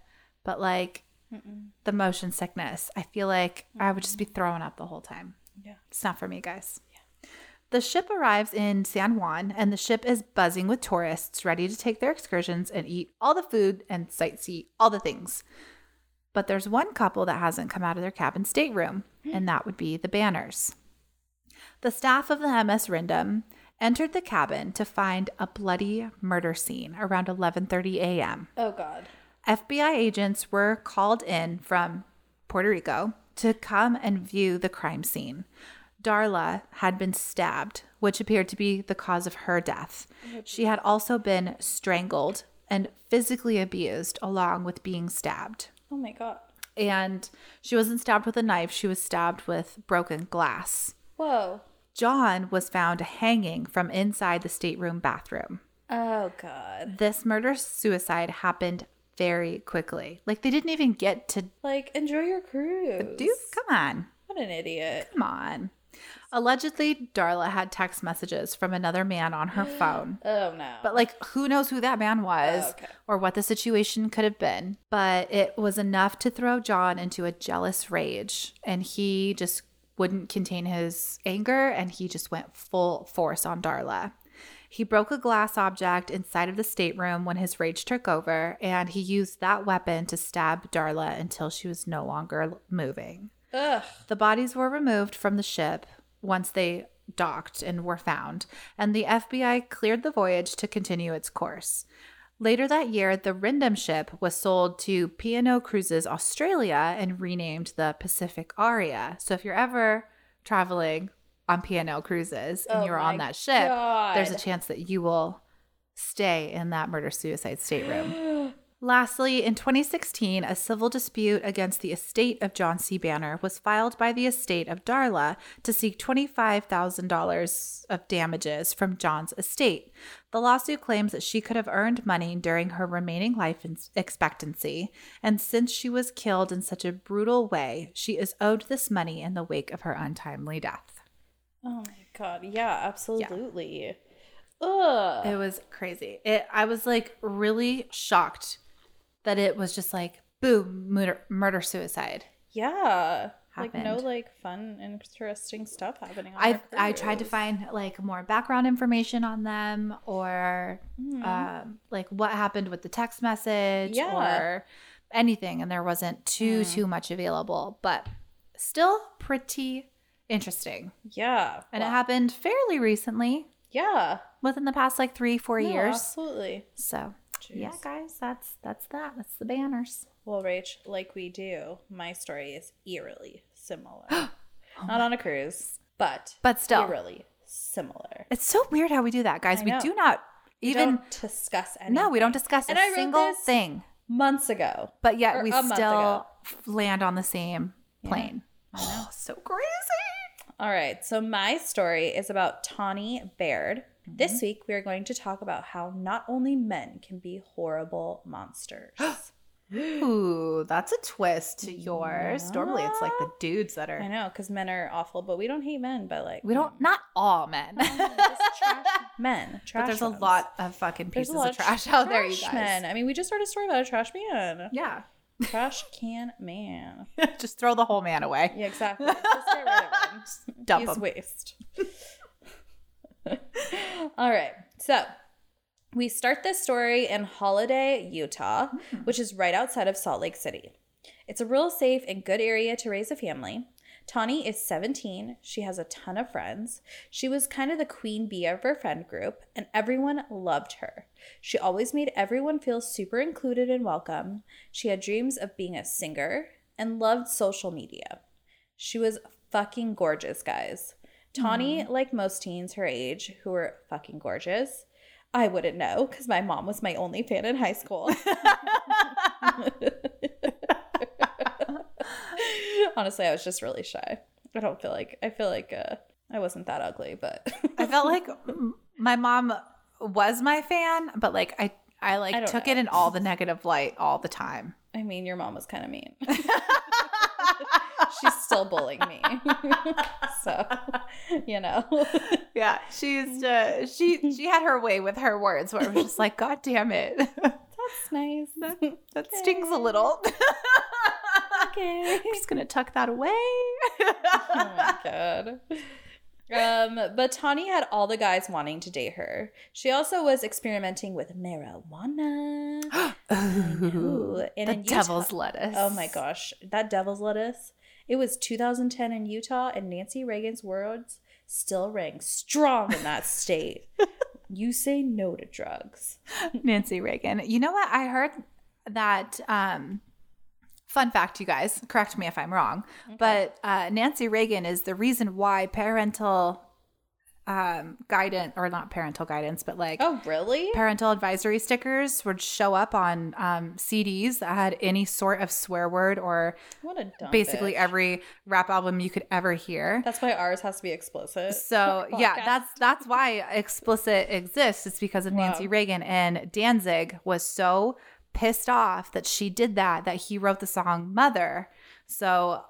Speaker 2: but like
Speaker 1: Mm-mm.
Speaker 2: the motion sickness, I feel like I would just be throwing up the whole time.
Speaker 1: Yeah.
Speaker 2: It's not for me, guys. The ship arrives in San Juan, and the ship is buzzing with tourists ready to take their excursions and eat all the food and sightsee all the things. But there's one couple that hasn't come out of their cabin stateroom, and that would be the Banners. The staff of the MS Rindam entered the cabin to find a bloody murder scene around 11:30 a.m.
Speaker 1: Oh God.
Speaker 2: FBI agents were called in from Puerto Rico to come and view the crime scene. Darla had been stabbed, which appeared to be the cause of her death. She had also been strangled and physically abused along with being stabbed.
Speaker 1: Oh my God.
Speaker 2: And she wasn't stabbed with a knife, she was stabbed with broken glass.
Speaker 1: Whoa.
Speaker 2: John was found hanging from inside the stateroom bathroom
Speaker 1: Oh God.
Speaker 2: this murder suicide happened very quickly. Like they didn't even get to
Speaker 1: Like enjoy your cruise.
Speaker 2: do. Come on,
Speaker 1: What an idiot.
Speaker 2: come on. Allegedly, Darla had text messages from another man on her phone.
Speaker 1: Oh no.
Speaker 2: But like who knows who that man was
Speaker 1: Okay.
Speaker 2: or what the situation could have been. But it was enough to throw John into a jealous rage and he just wouldn't contain his anger and he just went full force on Darla. He broke a glass object inside of the stateroom when his rage took over and he used that weapon to stab Darla until she was no longer moving.
Speaker 1: Ugh.
Speaker 2: The bodies were removed from the ship once they docked and were found, and the FBI cleared the voyage to continue its course. Later that year, the Rindam ship was sold to P&O Cruises Australia and renamed the Pacific Aria. So if you're ever traveling on P&O Cruises and
Speaker 1: Oh
Speaker 2: you're on
Speaker 1: my
Speaker 2: that ship, there's a
Speaker 1: God.
Speaker 2: chance that you will stay in that murder suicide stateroom. Lastly, in 2016, a civil dispute against the estate of John C. Banner was filed by the estate of Darla to seek $25,000 of damages from John's estate. The lawsuit claims that she could have earned money during her remaining life in- expectancy, and since she was killed in such a brutal way, she is owed this money in the wake of her untimely death.
Speaker 1: Oh my God. Yeah. Absolutely. Ugh.
Speaker 2: It was crazy. It I was like really shocked that it was just like boom murder murder suicide.
Speaker 1: Yeah. Like no
Speaker 2: Happened.
Speaker 1: like fun interesting stuff happening. On
Speaker 2: I
Speaker 1: our
Speaker 2: I tried to
Speaker 1: cruise.
Speaker 2: find like more background information on them or
Speaker 1: Hmm.
Speaker 2: um, like what happened with the text message
Speaker 1: Yeah. Hmm.
Speaker 2: or anything, and there wasn't too too much available, but still pretty interesting.
Speaker 1: Yeah.
Speaker 2: And
Speaker 1: Wow.
Speaker 2: it happened fairly recently,
Speaker 1: Yeah.
Speaker 2: within the past like three four
Speaker 1: No,
Speaker 2: years.
Speaker 1: Absolutely.
Speaker 2: So yeah,
Speaker 1: Jeez.
Speaker 2: guys, that's that's that. That's the banners.
Speaker 1: Well, Rach, like we do, my story is eerily similar. Not on a cruise, but
Speaker 2: Oh But still,
Speaker 1: eerily similar.
Speaker 2: It's so weird how we do that, guys.
Speaker 1: I
Speaker 2: We
Speaker 1: know.
Speaker 2: do not even
Speaker 1: don't discuss anything.
Speaker 2: no, we don't discuss
Speaker 1: And
Speaker 2: a
Speaker 1: I wrote
Speaker 2: single
Speaker 1: this-
Speaker 2: thing,
Speaker 1: months ago.
Speaker 2: but yet
Speaker 1: Or
Speaker 2: we
Speaker 1: a month
Speaker 2: still
Speaker 1: ago.
Speaker 2: f- land on the same plane. Oh, so crazy!
Speaker 1: All right, so my story is about Tawny Baird. This
Speaker 2: Mm-hmm.
Speaker 1: week we are going to talk about how not only men can be horrible monsters.
Speaker 2: Ooh, that's a twist to yours. Normally, it's like the dudes that
Speaker 1: I
Speaker 2: are.
Speaker 1: know, because men are awful, but we don't hate men, but like
Speaker 2: We don't. Not all men,
Speaker 1: just trash men. Trash
Speaker 2: but there's a
Speaker 1: ones.
Speaker 2: lot of fucking
Speaker 1: There's
Speaker 2: pieces
Speaker 1: a lot
Speaker 2: of trash, out there, you
Speaker 1: trash
Speaker 2: guys.
Speaker 1: Men. I mean, we just heard a story about a trash man.
Speaker 2: Yeah,
Speaker 1: Trash can man.
Speaker 2: just throw the whole man away.
Speaker 1: Yeah, exactly. Just get rid of him.
Speaker 2: Dump
Speaker 1: He's
Speaker 2: him.
Speaker 1: waste. All right. So we start this story in Holiday, Utah,
Speaker 2: Hmm.
Speaker 1: which is right outside of Salt Lake City. It's a real safe and good area to raise a family. Tawny is 17. She has a ton of friends. She was kind of the queen bee of her friend group, and everyone loved her. She always made everyone feel super included and welcome. She had dreams of being a singer and loved social media. She was fucking gorgeous, guys. Tawny, like most teens her age who were fucking gorgeous, I wouldn't know because my mom was my only fan in high school. Honestly, I was just really shy. I don't feel like I feel like uh, I wasn't that ugly, but
Speaker 2: I felt like m- my mom was my fan, but like I I like
Speaker 1: I don't
Speaker 2: took
Speaker 1: know.
Speaker 2: it in all the negative light all the time.
Speaker 1: I mean, your mom was kind of mean. She's still bullying me, so you know.
Speaker 2: uh, Yeah, she used to she she had her way with her words where it was just like, God damn it.
Speaker 1: That's nice.
Speaker 2: That, that stings a little.
Speaker 1: okay.
Speaker 2: I'm just gonna tuck that away.
Speaker 1: oh my god. Um, but Tawny had all the guys wanting to date her. She also was experimenting with marijuana. Ooh, and
Speaker 2: the
Speaker 1: in Utah-
Speaker 2: devil's lettuce.
Speaker 1: Oh my gosh, that devil's lettuce. It was 2010 in Utah, and Nancy Reagan's words still rang strong in that state. you say no to drugs.
Speaker 2: Nancy Reagan. You know what? I heard that. Um, fun fact, you guys. Correct me if I'm wrong, but uh, Nancy Reagan is the reason why parental um, guidance, or not parental guidance, but like
Speaker 1: Oh, really?
Speaker 2: parental advisory stickers would show up on um, CDs that had any sort of swear word or
Speaker 1: What a dumb
Speaker 2: basically
Speaker 1: bitch.
Speaker 2: every rap album you could ever hear.
Speaker 1: That's why ours has to be explicit.
Speaker 2: So yeah,
Speaker 1: podcast.
Speaker 2: that's that's why explicit exists. It's because of Nancy
Speaker 1: Wow.
Speaker 2: Reagan and Danzig was so pissed off that she did that that he wrote the song Mother. So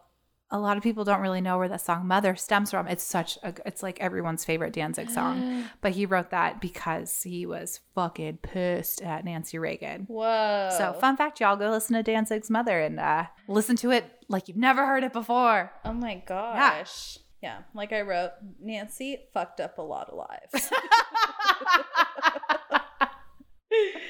Speaker 2: a lot of people don't really know where that song Mother stems from. It's such a it's like everyone's favorite Danzig song. But he wrote that because he was fucking pissed at Nancy Reagan.
Speaker 1: Whoa.
Speaker 2: So fun fact, y'all go listen to Danzig's Mother and uh, listen to it like you've never heard it before.
Speaker 1: Oh my gosh. Yeah. Like I wrote, Nancy fucked up a lot of lives.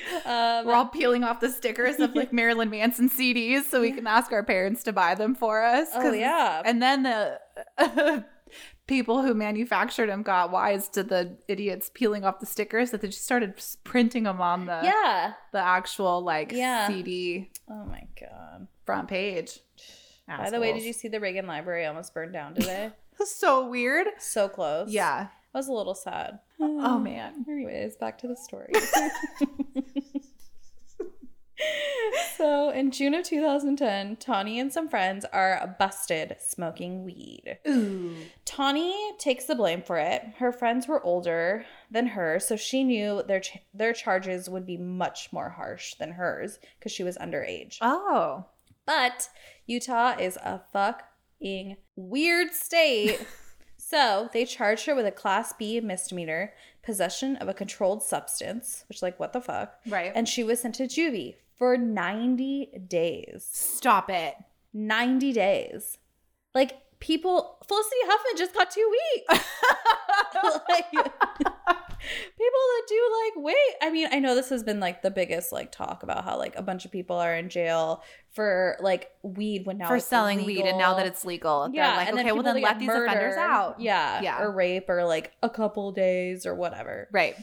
Speaker 1: um,
Speaker 2: We're
Speaker 1: oh,
Speaker 2: all peeling off the stickers of like Marilyn Manson CDs so we can ask our parents to buy them for us.
Speaker 1: Oh,
Speaker 2: 'cause-
Speaker 1: yeah.
Speaker 2: And then the people who manufactured them got wise to the idiots peeling off the stickers that they just started s- printing them on the
Speaker 1: yeah.
Speaker 2: the actual like
Speaker 1: Yeah.
Speaker 2: CD
Speaker 1: Oh my god.
Speaker 2: front page.
Speaker 1: By the way, did you see the Reagan Library almost burned down today?
Speaker 2: you? So weird.
Speaker 1: so close.
Speaker 2: Yeah.
Speaker 1: I was a little sad.
Speaker 2: Oh man.
Speaker 1: Anyways, back to the story. so, in June of 2010, Tawny and some friends are busted smoking weed.
Speaker 2: Ooh.
Speaker 1: Tawny takes the blame for it. Her friends were older than her, so she knew their ch- their charges would be much more harsh than hers because she was underage.
Speaker 2: Oh.
Speaker 1: But Utah is a fucking weird state. so they charged her with a class B misdemeanor, possession of a controlled substance, which like what the fuck?
Speaker 2: Right. And
Speaker 1: And she was sent to juvie for 90 days.
Speaker 2: stop it.
Speaker 1: 90 days. Like people Felicity Huffman just got 2 weeks. like people that do like wait. I mean, I know this has been like the biggest like talk about how like a bunch of people are in jail for like weed when now
Speaker 2: For
Speaker 1: it's
Speaker 2: selling weed and now
Speaker 1: illegal.
Speaker 2: that it's legal,
Speaker 1: yeah,
Speaker 2: they're like,
Speaker 1: and
Speaker 2: okay, well
Speaker 1: people
Speaker 2: then
Speaker 1: that
Speaker 2: let
Speaker 1: get
Speaker 2: these offenders
Speaker 1: murdered,
Speaker 2: out.
Speaker 1: Yeah,
Speaker 2: Yeah.
Speaker 1: or rape or like a couple days or whatever.
Speaker 2: Right.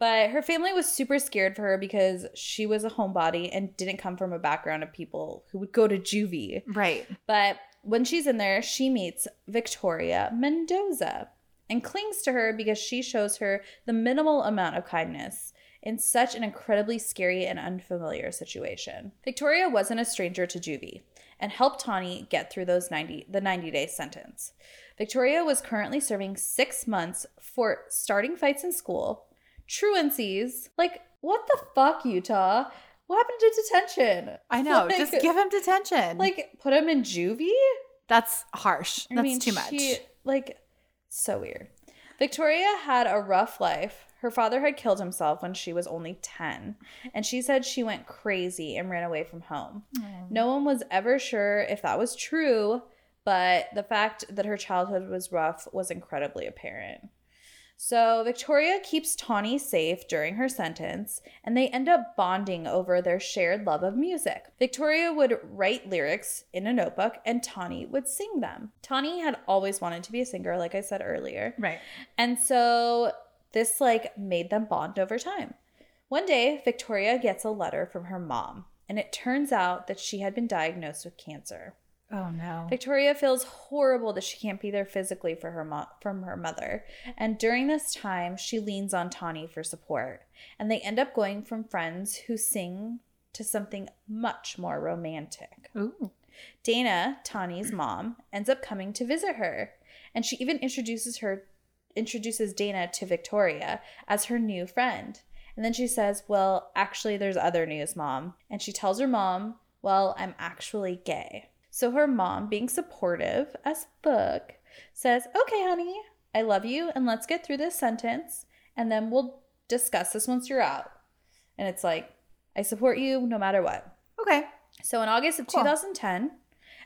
Speaker 1: But her family was super scared for her because she was a homebody and didn't come from a background of people who would go to juvie.
Speaker 2: Right.
Speaker 1: But when she's in there, she meets Victoria Mendoza and clings to her because she shows her the minimal amount of kindness in such an incredibly scary and unfamiliar situation. Victoria wasn't a stranger to juvie and helped Tawny get through those 90 the 90-day sentence. Victoria was currently serving 6 months for starting fights in school, truancies, like what the fuck Utah? What happened to detention?
Speaker 2: I know.
Speaker 1: Like-
Speaker 2: just give him detention. Like
Speaker 1: like put him in juvie.
Speaker 2: that's harsh.
Speaker 1: I
Speaker 2: that's
Speaker 1: mean,
Speaker 2: too much.
Speaker 1: she- like, so weird. Victoria had a rough life. Her father had killed himself when she was only 10, and she said she went crazy and ran away from home.
Speaker 2: Mm.
Speaker 1: No one was ever sure if that was true, but the fact that her childhood was rough was incredibly apparent. So, Victoria keeps Tawny safe during her sentence, and they end up bonding over their shared love of music. Victoria would write lyrics in a notebook, and Tawny would sing them. Tawny had always wanted to be a singer, like I said earlier.
Speaker 2: Right.
Speaker 1: And so this like made them bond over time. One day, Victoria gets a letter from her mom, and it turns out that she had been diagnosed with cancer.
Speaker 2: Oh no.
Speaker 1: Victoria feels horrible that she can't be there physically for her mo- from her mother, and during this time, she leans on Tawny for support, and they end up going from friends who sing to something much more romantic.
Speaker 2: Ooh.
Speaker 1: Dana, Tawny's mom, ends up coming to visit her, and she even introduces her introduces Dana to Victoria as her new friend. And then she says, "Well, actually there's other news, mom." And she tells her mom, "Well, I'm actually gay." So her mom, being supportive as fuck, says, "Okay, honey, I love you and let's get through this sentence and then we'll discuss this once you're out." And it's like, I support you no matter what.
Speaker 2: Okay.
Speaker 1: So in August of
Speaker 2: Cool.
Speaker 1: 2010,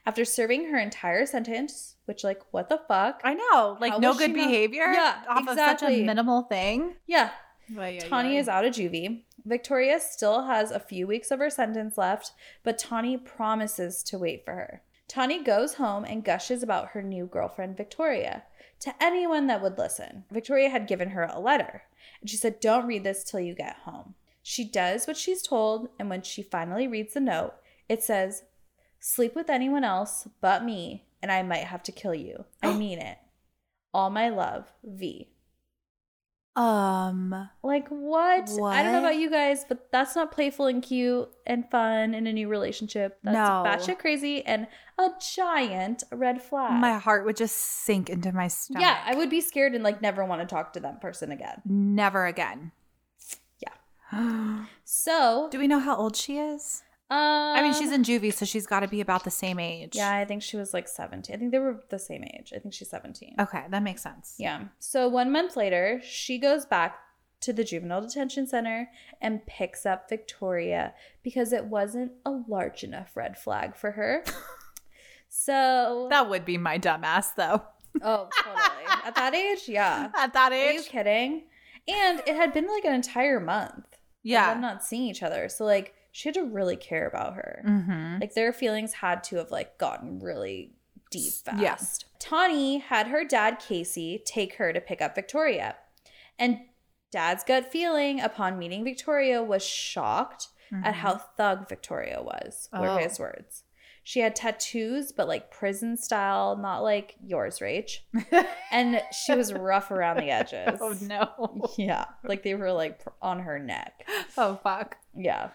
Speaker 1: after serving her entire sentence, which like what the fuck?
Speaker 2: I know. Like
Speaker 1: How
Speaker 2: no
Speaker 1: was she
Speaker 2: good
Speaker 1: not-
Speaker 2: behavior.
Speaker 1: Yeah,
Speaker 2: Off of such
Speaker 1: exactly.
Speaker 2: a minimal thing.
Speaker 1: yeah,
Speaker 2: Tony
Speaker 1: Tawny is out of juvie. Victoria still has a few weeks of her sentence left, but Tawny promises to wait for her. Tawny goes home and gushes about her new girlfriend, Victoria, to anyone that would listen. Victoria had given her a letter, and she said, Don't read this till you get home. She does what she's told, and when she finally reads the note, it says, Sleep with anyone else but me, and I might have to kill you. I mean it. All my love, V.
Speaker 2: Um.
Speaker 1: Like what? I don't know
Speaker 2: What?
Speaker 1: about you guys, but that's not playful and cute and fun in a new relationship. That's
Speaker 2: No.
Speaker 1: batshit crazy and a giant red flag.
Speaker 2: My heart would just sink into my stomach.
Speaker 1: yeah, I would be scared and like never want to talk to that person again.
Speaker 2: Never again. Yeah.
Speaker 1: So,
Speaker 2: Do we know how old she is?
Speaker 1: um,
Speaker 2: I mean, she's in juvie, so she's got to be about the same age.
Speaker 1: yeah, I think she was like seventeen. I think they were the same age. I think she's seventeen.
Speaker 2: Okay, that makes sense.
Speaker 1: Yeah. So one month later, she goes back to the juvenile detention center and picks up Victoria because it wasn't a large enough red flag for her. So,
Speaker 2: That would be my dumbass, though.
Speaker 1: oh, totally. At that age, yeah.
Speaker 2: At that
Speaker 1: Are you
Speaker 2: age.
Speaker 1: kidding? And it had been like an entire month.
Speaker 2: Yeah.
Speaker 1: I'm not seeing each other. So, like, she had to really care about her.
Speaker 2: mm-hmm.
Speaker 1: Like their feelings had to have like gotten really deep fast.
Speaker 2: Yeah.
Speaker 1: Tawny had her dad Casey take her to pick up Victoria. And dad's gut feeling upon meeting Victoria was shocked at how thug Victoria was, were
Speaker 2: Mm-hmm. Oh.
Speaker 1: his words. She had tattoos, but like prison style, not like yours, Rach. and she was rough around the edges.
Speaker 2: Oh no.
Speaker 1: Yeah. Like they were like pr- on her neck.
Speaker 2: Oh fuck.
Speaker 1: Yeah.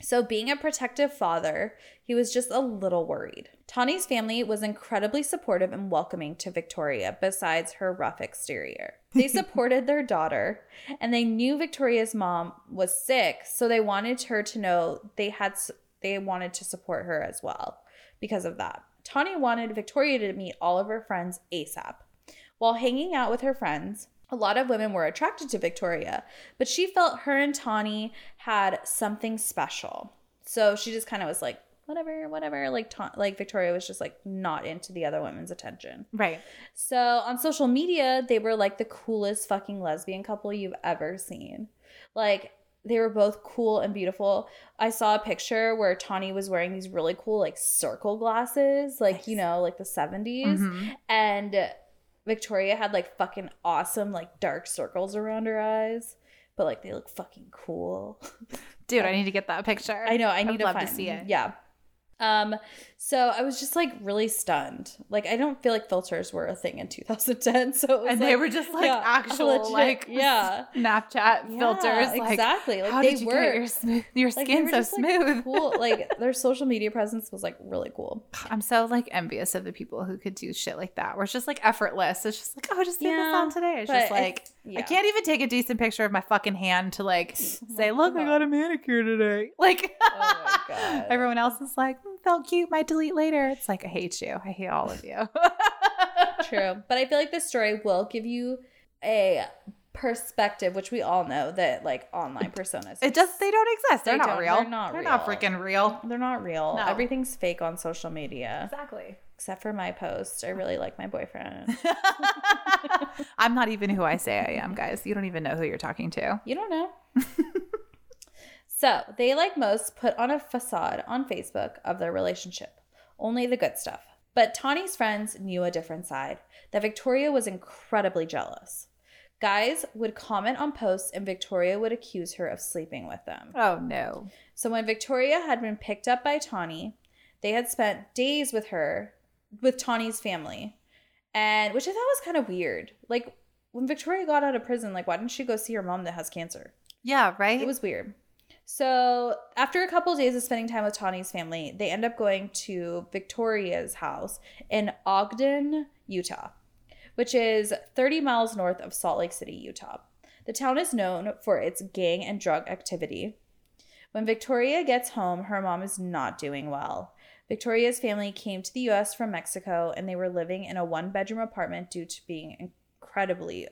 Speaker 1: So, being a protective father, he was just a little worried. Tawny's family was incredibly supportive and welcoming to Victoria, besides her rough exterior. They supported their daughter, and they knew Victoria's mom was sick, so they wanted her to know they had s- they wanted to support her as well because of that. Tawny wanted Victoria to meet all of her friends ASAP. While hanging out with her friends, a lot of women were attracted to Victoria, but she felt her and Tawny had something special. So she just kind of was like, whatever, whatever. Like, Ta- like Victoria was just like not into the other women's attention.
Speaker 2: Right.
Speaker 1: So on social media, they were like the coolest fucking lesbian couple you've ever seen. Like they were both cool and beautiful. I saw a picture where Tawny was wearing these really cool like circle glasses, like you
Speaker 2: Nice.
Speaker 1: know, like the 70s,
Speaker 2: Mhm.
Speaker 1: and Victoria had like fucking awesome like dark circles around her eyes, but like they look fucking cool.
Speaker 2: Dude, I need to get that picture.
Speaker 1: I know. I need
Speaker 2: would
Speaker 1: to
Speaker 2: love to
Speaker 1: find,
Speaker 2: see it.
Speaker 1: Yeah. Um. So I was just like really stunned. Like I don't feel like filters were a thing in 2010. So it was, like,
Speaker 2: And they were just like
Speaker 1: yeah,
Speaker 2: actual
Speaker 1: legit-
Speaker 2: like
Speaker 1: yeah.
Speaker 2: Snapchat
Speaker 1: Yeah,
Speaker 2: filters. Like,
Speaker 1: exactly. Like
Speaker 2: how
Speaker 1: they
Speaker 2: did you
Speaker 1: were
Speaker 2: get your, smooth, your
Speaker 1: like, they
Speaker 2: skin
Speaker 1: were
Speaker 2: so
Speaker 1: just, like,
Speaker 2: smooth?
Speaker 1: cool. Like their social media presence was like really cool.
Speaker 2: I'm so like envious of the people who could do shit like that. Where it's just like effortless. It's just like, oh, just did this
Speaker 1: Yeah,
Speaker 2: on today. It's
Speaker 1: but
Speaker 2: just
Speaker 1: I-
Speaker 2: like I
Speaker 1: yeah. Oh
Speaker 2: can't even take a decent picture of my fucking hand to like say,
Speaker 1: my
Speaker 2: look, I
Speaker 1: God.
Speaker 2: got a manicure today. Like
Speaker 1: Oh my God.
Speaker 2: everyone else is like, "Mm, felt cute, might delete later. It's like I hate you. I hate all of you.
Speaker 1: True. But I feel like this story will give you a perspective, which we all know that like online personas.
Speaker 2: it does they don't exist. They're
Speaker 1: They
Speaker 2: not
Speaker 1: don't-
Speaker 2: real.
Speaker 1: they're not
Speaker 2: They're not
Speaker 1: real.
Speaker 2: freaking real.
Speaker 1: They're not real.
Speaker 2: No.
Speaker 1: Everything's fake on social media,
Speaker 2: Exactly.
Speaker 1: except for my post. I really like my boyfriend.
Speaker 2: I'm not even who I say I am, guys. You don't even know who you're talking to.
Speaker 1: You don't know. so they, like most, put on a facade on Facebook of their relationship, only the good stuff. But Tawny's friends knew a different side that Victoria was incredibly jealous. Guys would comment on posts, and Victoria would accuse her of sleeping with them.
Speaker 2: Oh no.
Speaker 1: So when Victoria had been picked up by Tawny, they had spent days with her, with Tawny's family, and which I thought was kind of weird. Like when Victoria got out of prison, like why didn't she go see her mom that has cancer?
Speaker 2: Yeah, right?
Speaker 1: It was weird. So after a couple of days of spending time with Tawny's family, they end up going to Victoria's house in Ogden, Utah, which is 30 miles north of Salt Lake City, Utah. The town is known for its gang and drug activity. When Victoria gets home, her mom is not doing well. Victoria's family came to the US from Mexico and they were living in a one bedroom apartment due to being incredibly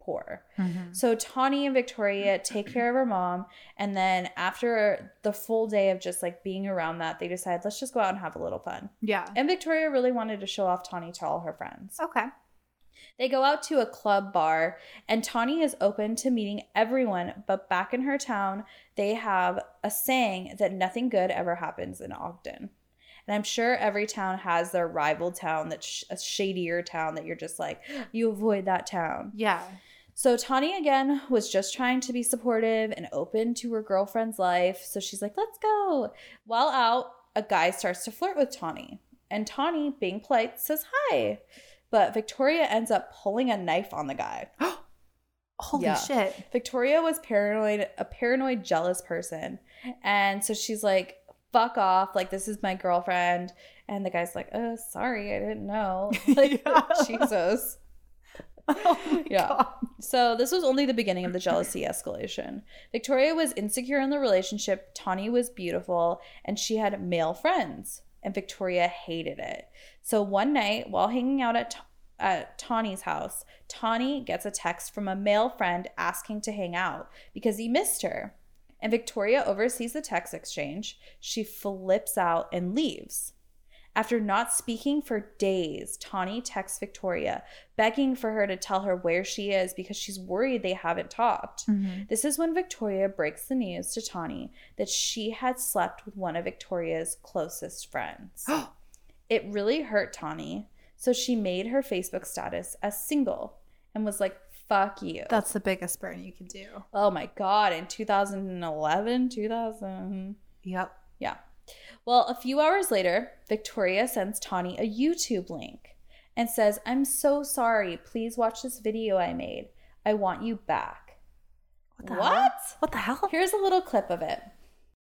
Speaker 1: poor.
Speaker 2: mm-hmm.
Speaker 1: So Tawny and Victoria take care of her mom. And then after the full day of just like being around that, they decide, let's just go out and have a little fun.
Speaker 2: Yeah.
Speaker 1: And Victoria really wanted to show off Tawny to all her friends.
Speaker 2: Okay.
Speaker 1: They go out to a club bar, and Tawny is open to meeting everyone, but back in her town, they have a saying that nothing good ever happens in Ogden. And I'm sure every town has their rival town that's sh- a shadier town that you're just like, you avoid that town.
Speaker 2: Yeah.
Speaker 1: So Tawny again was just trying to be supportive and open to her girlfriend's life. So she's like, let's go. While out, a guy starts to flirt with Tawny. And Tawny, being polite, says hi. But Victoria ends up pulling a knife on the guy.
Speaker 2: Holy
Speaker 1: Yeah.
Speaker 2: shit.
Speaker 1: Victoria was paranoid, a paranoid, jealous person. And so she's like, fuck off. Like, this is my girlfriend. And the guy's like, oh, sorry, I didn't know. Like,
Speaker 2: Yeah.
Speaker 1: Jesus.
Speaker 2: Oh my
Speaker 1: Yeah.
Speaker 2: God.
Speaker 1: So this was only the beginning of the jealousy escalation. Victoria was insecure in the relationship. Tawny was beautiful, and she had male friends, and Victoria hated it. So one night, while hanging out at Ta- at Tawny's house, Tawny gets a text from a male friend asking to hang out because he missed her. And Victoria oversees the text exchange. She flips out and leaves. After not speaking for days, Tawny texts Victoria, begging for her to tell her where she is because she's worried they haven't talked.
Speaker 2: Mhm.
Speaker 1: This is when Victoria breaks the news to Tawny that she had slept with one of Victoria's closest friends. it really hurt Tawny, so she made her Facebook status as single and was like, fuck you.
Speaker 2: That's the biggest burn you can do.
Speaker 1: oh my God, in 2011, 2000.
Speaker 2: Yep.
Speaker 1: Yeah. Well, a few hours later, Victoria sends Tawny a YouTube link and says, I'm so sorry. Please watch this video I made. I want you back.
Speaker 2: What? The Hell?
Speaker 1: What?
Speaker 2: What the hell?
Speaker 1: Here's a little clip of it.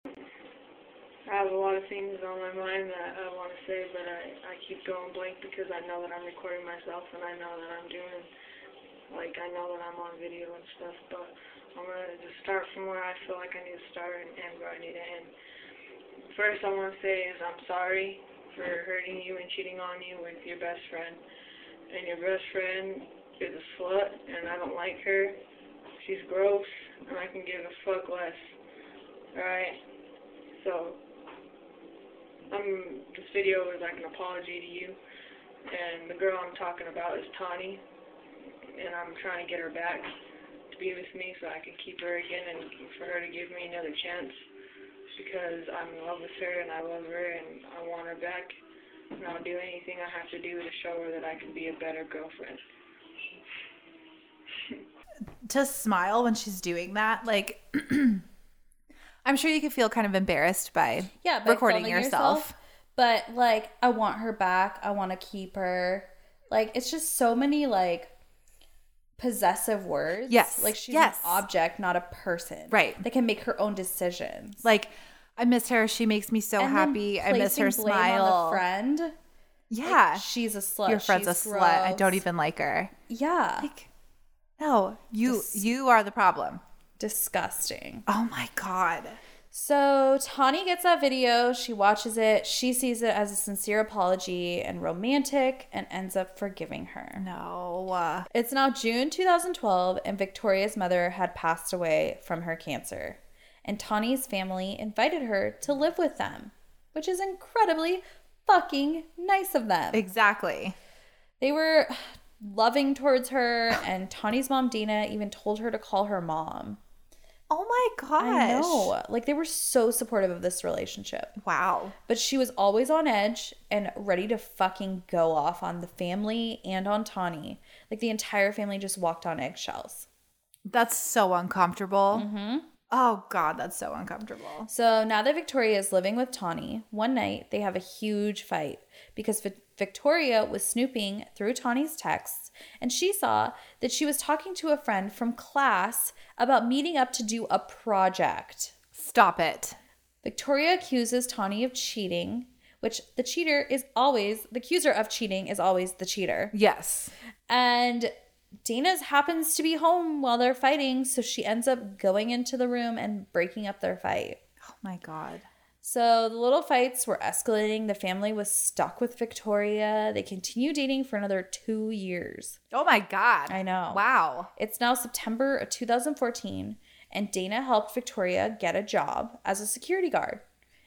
Speaker 3: I have a lot of things on my mind that I want to say, but I, I keep going blank because I know that I'm recording myself and I know that I'm doing, like, I know that I'm on video and stuff, but I'm going to just start from where I feel like I need to start and end where I need to end. First, I want to say is I'm sorry for hurting you and cheating on you with your best friend. And your best friend is a slut, and I don't like her. She's gross, and I can give a fuck less. Alright? So, um, this video is like an apology to you, and the girl I'm talking about is Tawny, and I'm trying to get her back to be with me so I can keep her again and for her to give me another chance because I'm in love with her and I love her and I want her back, and I'll do anything I have to do to show her that I can be a better girlfriend.
Speaker 2: To smile when she's doing that, like, I'm sure you could feel kind of embarrassed by
Speaker 1: Yeah, by
Speaker 2: recording
Speaker 1: filming
Speaker 2: yourself.
Speaker 1: But like, I want her back. I want to keep her. Like, it's just so many like possessive words.
Speaker 2: Yes,
Speaker 1: Like she's
Speaker 2: yes.
Speaker 1: an object, not a person.
Speaker 2: Right.
Speaker 1: That can make her own decisions.
Speaker 2: Like, I miss her. She makes me so
Speaker 1: And then
Speaker 2: happy. I miss her
Speaker 1: placing blame
Speaker 2: smile.
Speaker 1: On the friend.
Speaker 2: Yeah.
Speaker 1: She's a slut.
Speaker 2: Your friend's
Speaker 1: She's
Speaker 2: a slut. I
Speaker 1: gross.
Speaker 2: don't even like her.
Speaker 1: Yeah.
Speaker 2: Like, no, you
Speaker 1: Dis-
Speaker 2: you are the problem.
Speaker 1: Disgusting.
Speaker 2: Oh my god.
Speaker 1: So Tawny gets that video. She watches it. She sees it as a sincere apology and romantic and ends up forgiving her.
Speaker 2: No. Uh,
Speaker 1: It's now June 2012, and Victoria's mother had passed away from her cancer. And Tawny's family invited her to live with them, which is incredibly fucking nice of them.
Speaker 2: exactly.
Speaker 1: they were loving towards her and Tawny's mom Dina even told her to call her mom.
Speaker 2: Oh my gosh.
Speaker 1: I know. Like they were so supportive of this relationship.
Speaker 2: Wow.
Speaker 1: But she was always on edge and ready to fucking go off on the family and on Tawny. Like the entire family just walked on eggshells.
Speaker 2: That's so uncomfortable.
Speaker 1: Mm-hmm.
Speaker 2: Oh god, that's so uncomfortable.
Speaker 1: So now that Victoria is living with Tawny, one night they have a huge fight because Vi- Victoria was snooping through Tawny's texts and she saw that she was talking to a friend from class about meeting up to do a project.
Speaker 2: Stop it.
Speaker 1: Victoria accuses Tawny of cheating, which the cheater is always, the accuser of cheating is always the cheater.
Speaker 2: Yes.
Speaker 1: And Dana's happens to be home while they're fighting, so she ends up going into the room and breaking up their fight.
Speaker 2: Oh my god.
Speaker 1: So the little fights were escalating. The family was stuck with Victoria. They continued dating for another two years.
Speaker 2: Oh my God.
Speaker 1: I know.
Speaker 2: Wow.
Speaker 1: It's now September of 2014, and Dana helped Victoria get a job as a security guard.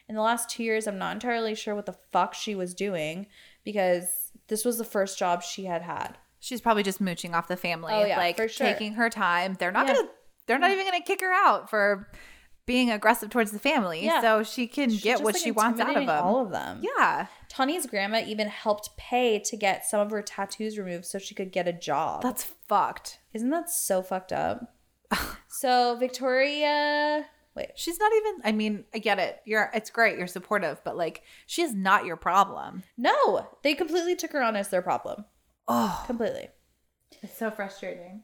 Speaker 1: In the last two years, I'm not entirely sure what the fuck she was doing because this was the first job she had had.
Speaker 2: She's probably just mooching off the family.
Speaker 1: Oh, yeah,
Speaker 2: like
Speaker 1: for sure.
Speaker 2: taking her time. They're not
Speaker 1: Yeah.
Speaker 2: gonna they're not even gonna kick her out for being aggressive towards the family.
Speaker 1: Yeah.
Speaker 2: So she can
Speaker 1: She's
Speaker 2: get
Speaker 1: just,
Speaker 2: what
Speaker 1: like,
Speaker 2: she wants out of
Speaker 1: intimidating
Speaker 2: them.
Speaker 1: All of them.
Speaker 2: yeah.
Speaker 1: Tawny's grandma even helped pay to get some of her tattoos removed so she could get a job.
Speaker 2: That's fucked.
Speaker 1: Isn't that so fucked up? so Victoria, wait,
Speaker 2: She's not even I mean, I get it. You're it's great, you're supportive, but like she is not your problem.
Speaker 1: no, they completely took her on as their problem.
Speaker 2: Oh
Speaker 1: Completely.
Speaker 2: it's so frustrating.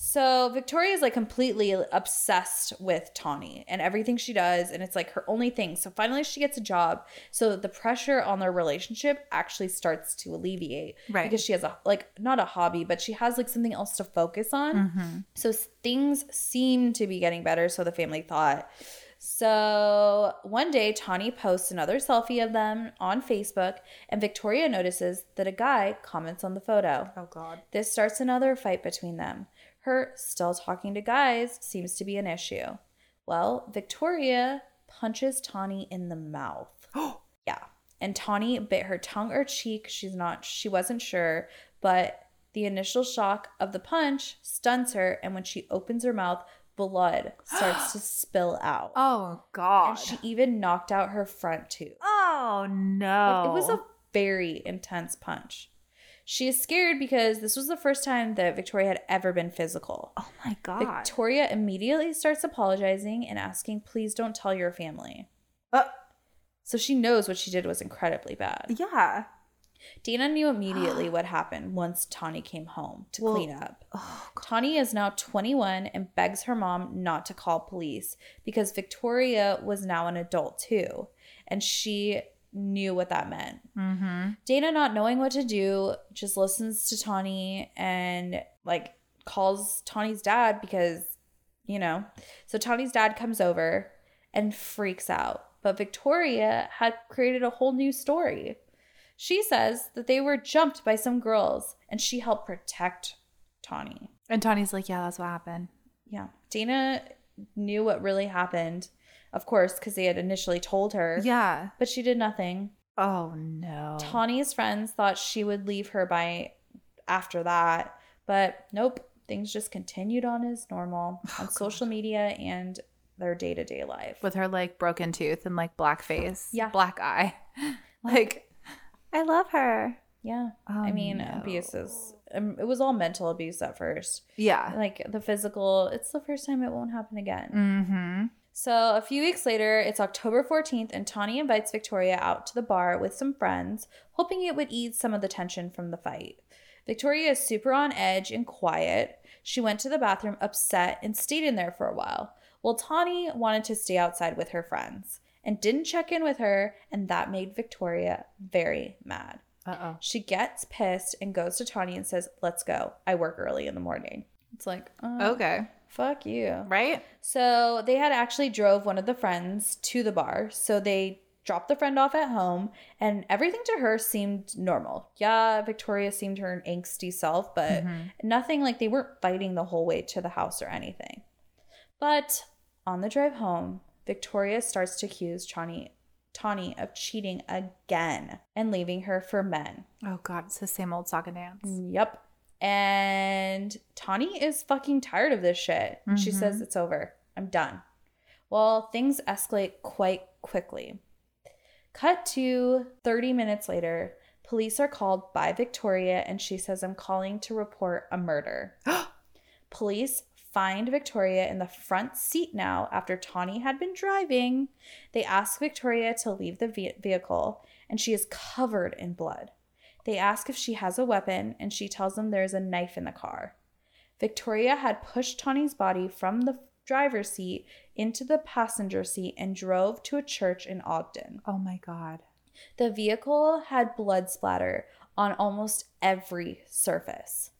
Speaker 1: So Victoria's like completely obsessed with Tawny and everything she does, and it's like her only thing. So finally, she gets a job, so the pressure on their relationship actually starts to alleviate,
Speaker 2: Right.
Speaker 1: Because she has a like not a hobby, but she has like something else to focus on. So s- things seem to be getting better, so the family thought. So one day, Tawny posts another selfie of them on Facebook, and Victoria notices that a guy comments on the photo.
Speaker 2: Oh god.
Speaker 1: This starts another fight between them. Her still talking to guys seems to be an issue. Well, Victoria punches Tawny in the mouth. yeah. And Tawny bit her tongue or cheek. She's not she wasn't sure, but the initial shock of the punch stuns her and when she opens her mouth, blood starts to spill out.
Speaker 2: Oh god.
Speaker 1: And she even knocked out her front tooth.
Speaker 2: oh no.
Speaker 1: Like, it was a very intense punch. She is scared because this was the first time that Victoria had ever been physical.
Speaker 2: Oh my god.
Speaker 1: Victoria immediately starts apologizing and asking, please don't tell your family.
Speaker 2: Uh,
Speaker 1: So she knows what she did was incredibly bad.
Speaker 2: yeah.
Speaker 1: Dana knew immediately what happened once Tawny came home to
Speaker 2: Well-
Speaker 1: clean up.
Speaker 2: Oh god.
Speaker 1: Tawny is now 21 and begs her mom not to call police because Victoria was now an adult too. And she knew what that meant.
Speaker 2: Mm-hmm.
Speaker 1: Dana, not knowing what to do, just listens to Tawny and like calls Tawny's dad because, you know. So Tawny's dad comes over and freaks out. But Victoria had created a whole new story. She says that they were jumped by some girls and she helped protect Tawny.
Speaker 2: And Tawny's like, yeah, that's what happened.
Speaker 1: Yeah. Dana knew what really happened, of course, because they had initially told her.
Speaker 2: Yeah.
Speaker 1: But she did nothing.
Speaker 2: Oh no.
Speaker 1: Tawny's friends thought she would leave her by after that, but nope, things just continued on as normal on social media and their day to day life.
Speaker 2: Oh, With her like broken tooth and like black face.
Speaker 1: Yeah.
Speaker 2: Black eye. like, I love her.
Speaker 1: yeah,
Speaker 2: Oh,
Speaker 1: I mean,
Speaker 2: no.
Speaker 1: abuse is um, it was all mental abuse at first,
Speaker 2: Yeah.
Speaker 1: like the physical. It's the first time it won't happen again.
Speaker 2: Mm-hmm.
Speaker 1: So a few weeks later, it's October 14th, and Tawny invites Victoria out to the bar with some friends, hoping it would ease some of the tension from the fight. Victoria is super on edge and quiet. She went to the bathroom upset and stayed in there for a while, while Tawny wanted to stay outside with her friends and didn't check in with her, and that made Victoria very mad.
Speaker 2: Uh-oh.
Speaker 1: She gets pissed and goes to Tawny and says, Let's go. I work early in the morning. It's like, oh, okay.
Speaker 2: Okay.
Speaker 1: Fuck you.
Speaker 2: Right?
Speaker 1: So they had actually drove one of the friends to the bar. So they dropped the friend off at home, and everything to her seemed normal. Yeah, Victoria seemed her angsty self, but nothing like they weren't fighting the whole way to the house or anything. But on the drive home, Victoria starts to accuse Tawny, Tawny of cheating again and leaving her for men.
Speaker 2: Oh god, it's the same old sock and dance.
Speaker 1: Yep. And Tawny is fucking tired of this shit. She
Speaker 2: Mhm.
Speaker 1: says, It's over. I'm done. Well, things escalate quite quickly. Cut to 30 minutes later, police are called by Victoria and she says, I'm calling to report a murder. police find Victoria in the front seat now after Tawny had been driving. They ask Victoria to leave the ve- vehicle and she is covered in blood. They ask if she has a weapon, and she tells them there is a knife in the car. Victoria had pushed Tawny's body from the driver's seat into the passenger seat and drove to a church in Ogden.
Speaker 2: Oh my god.
Speaker 1: The vehicle had blood splatter on almost every surface.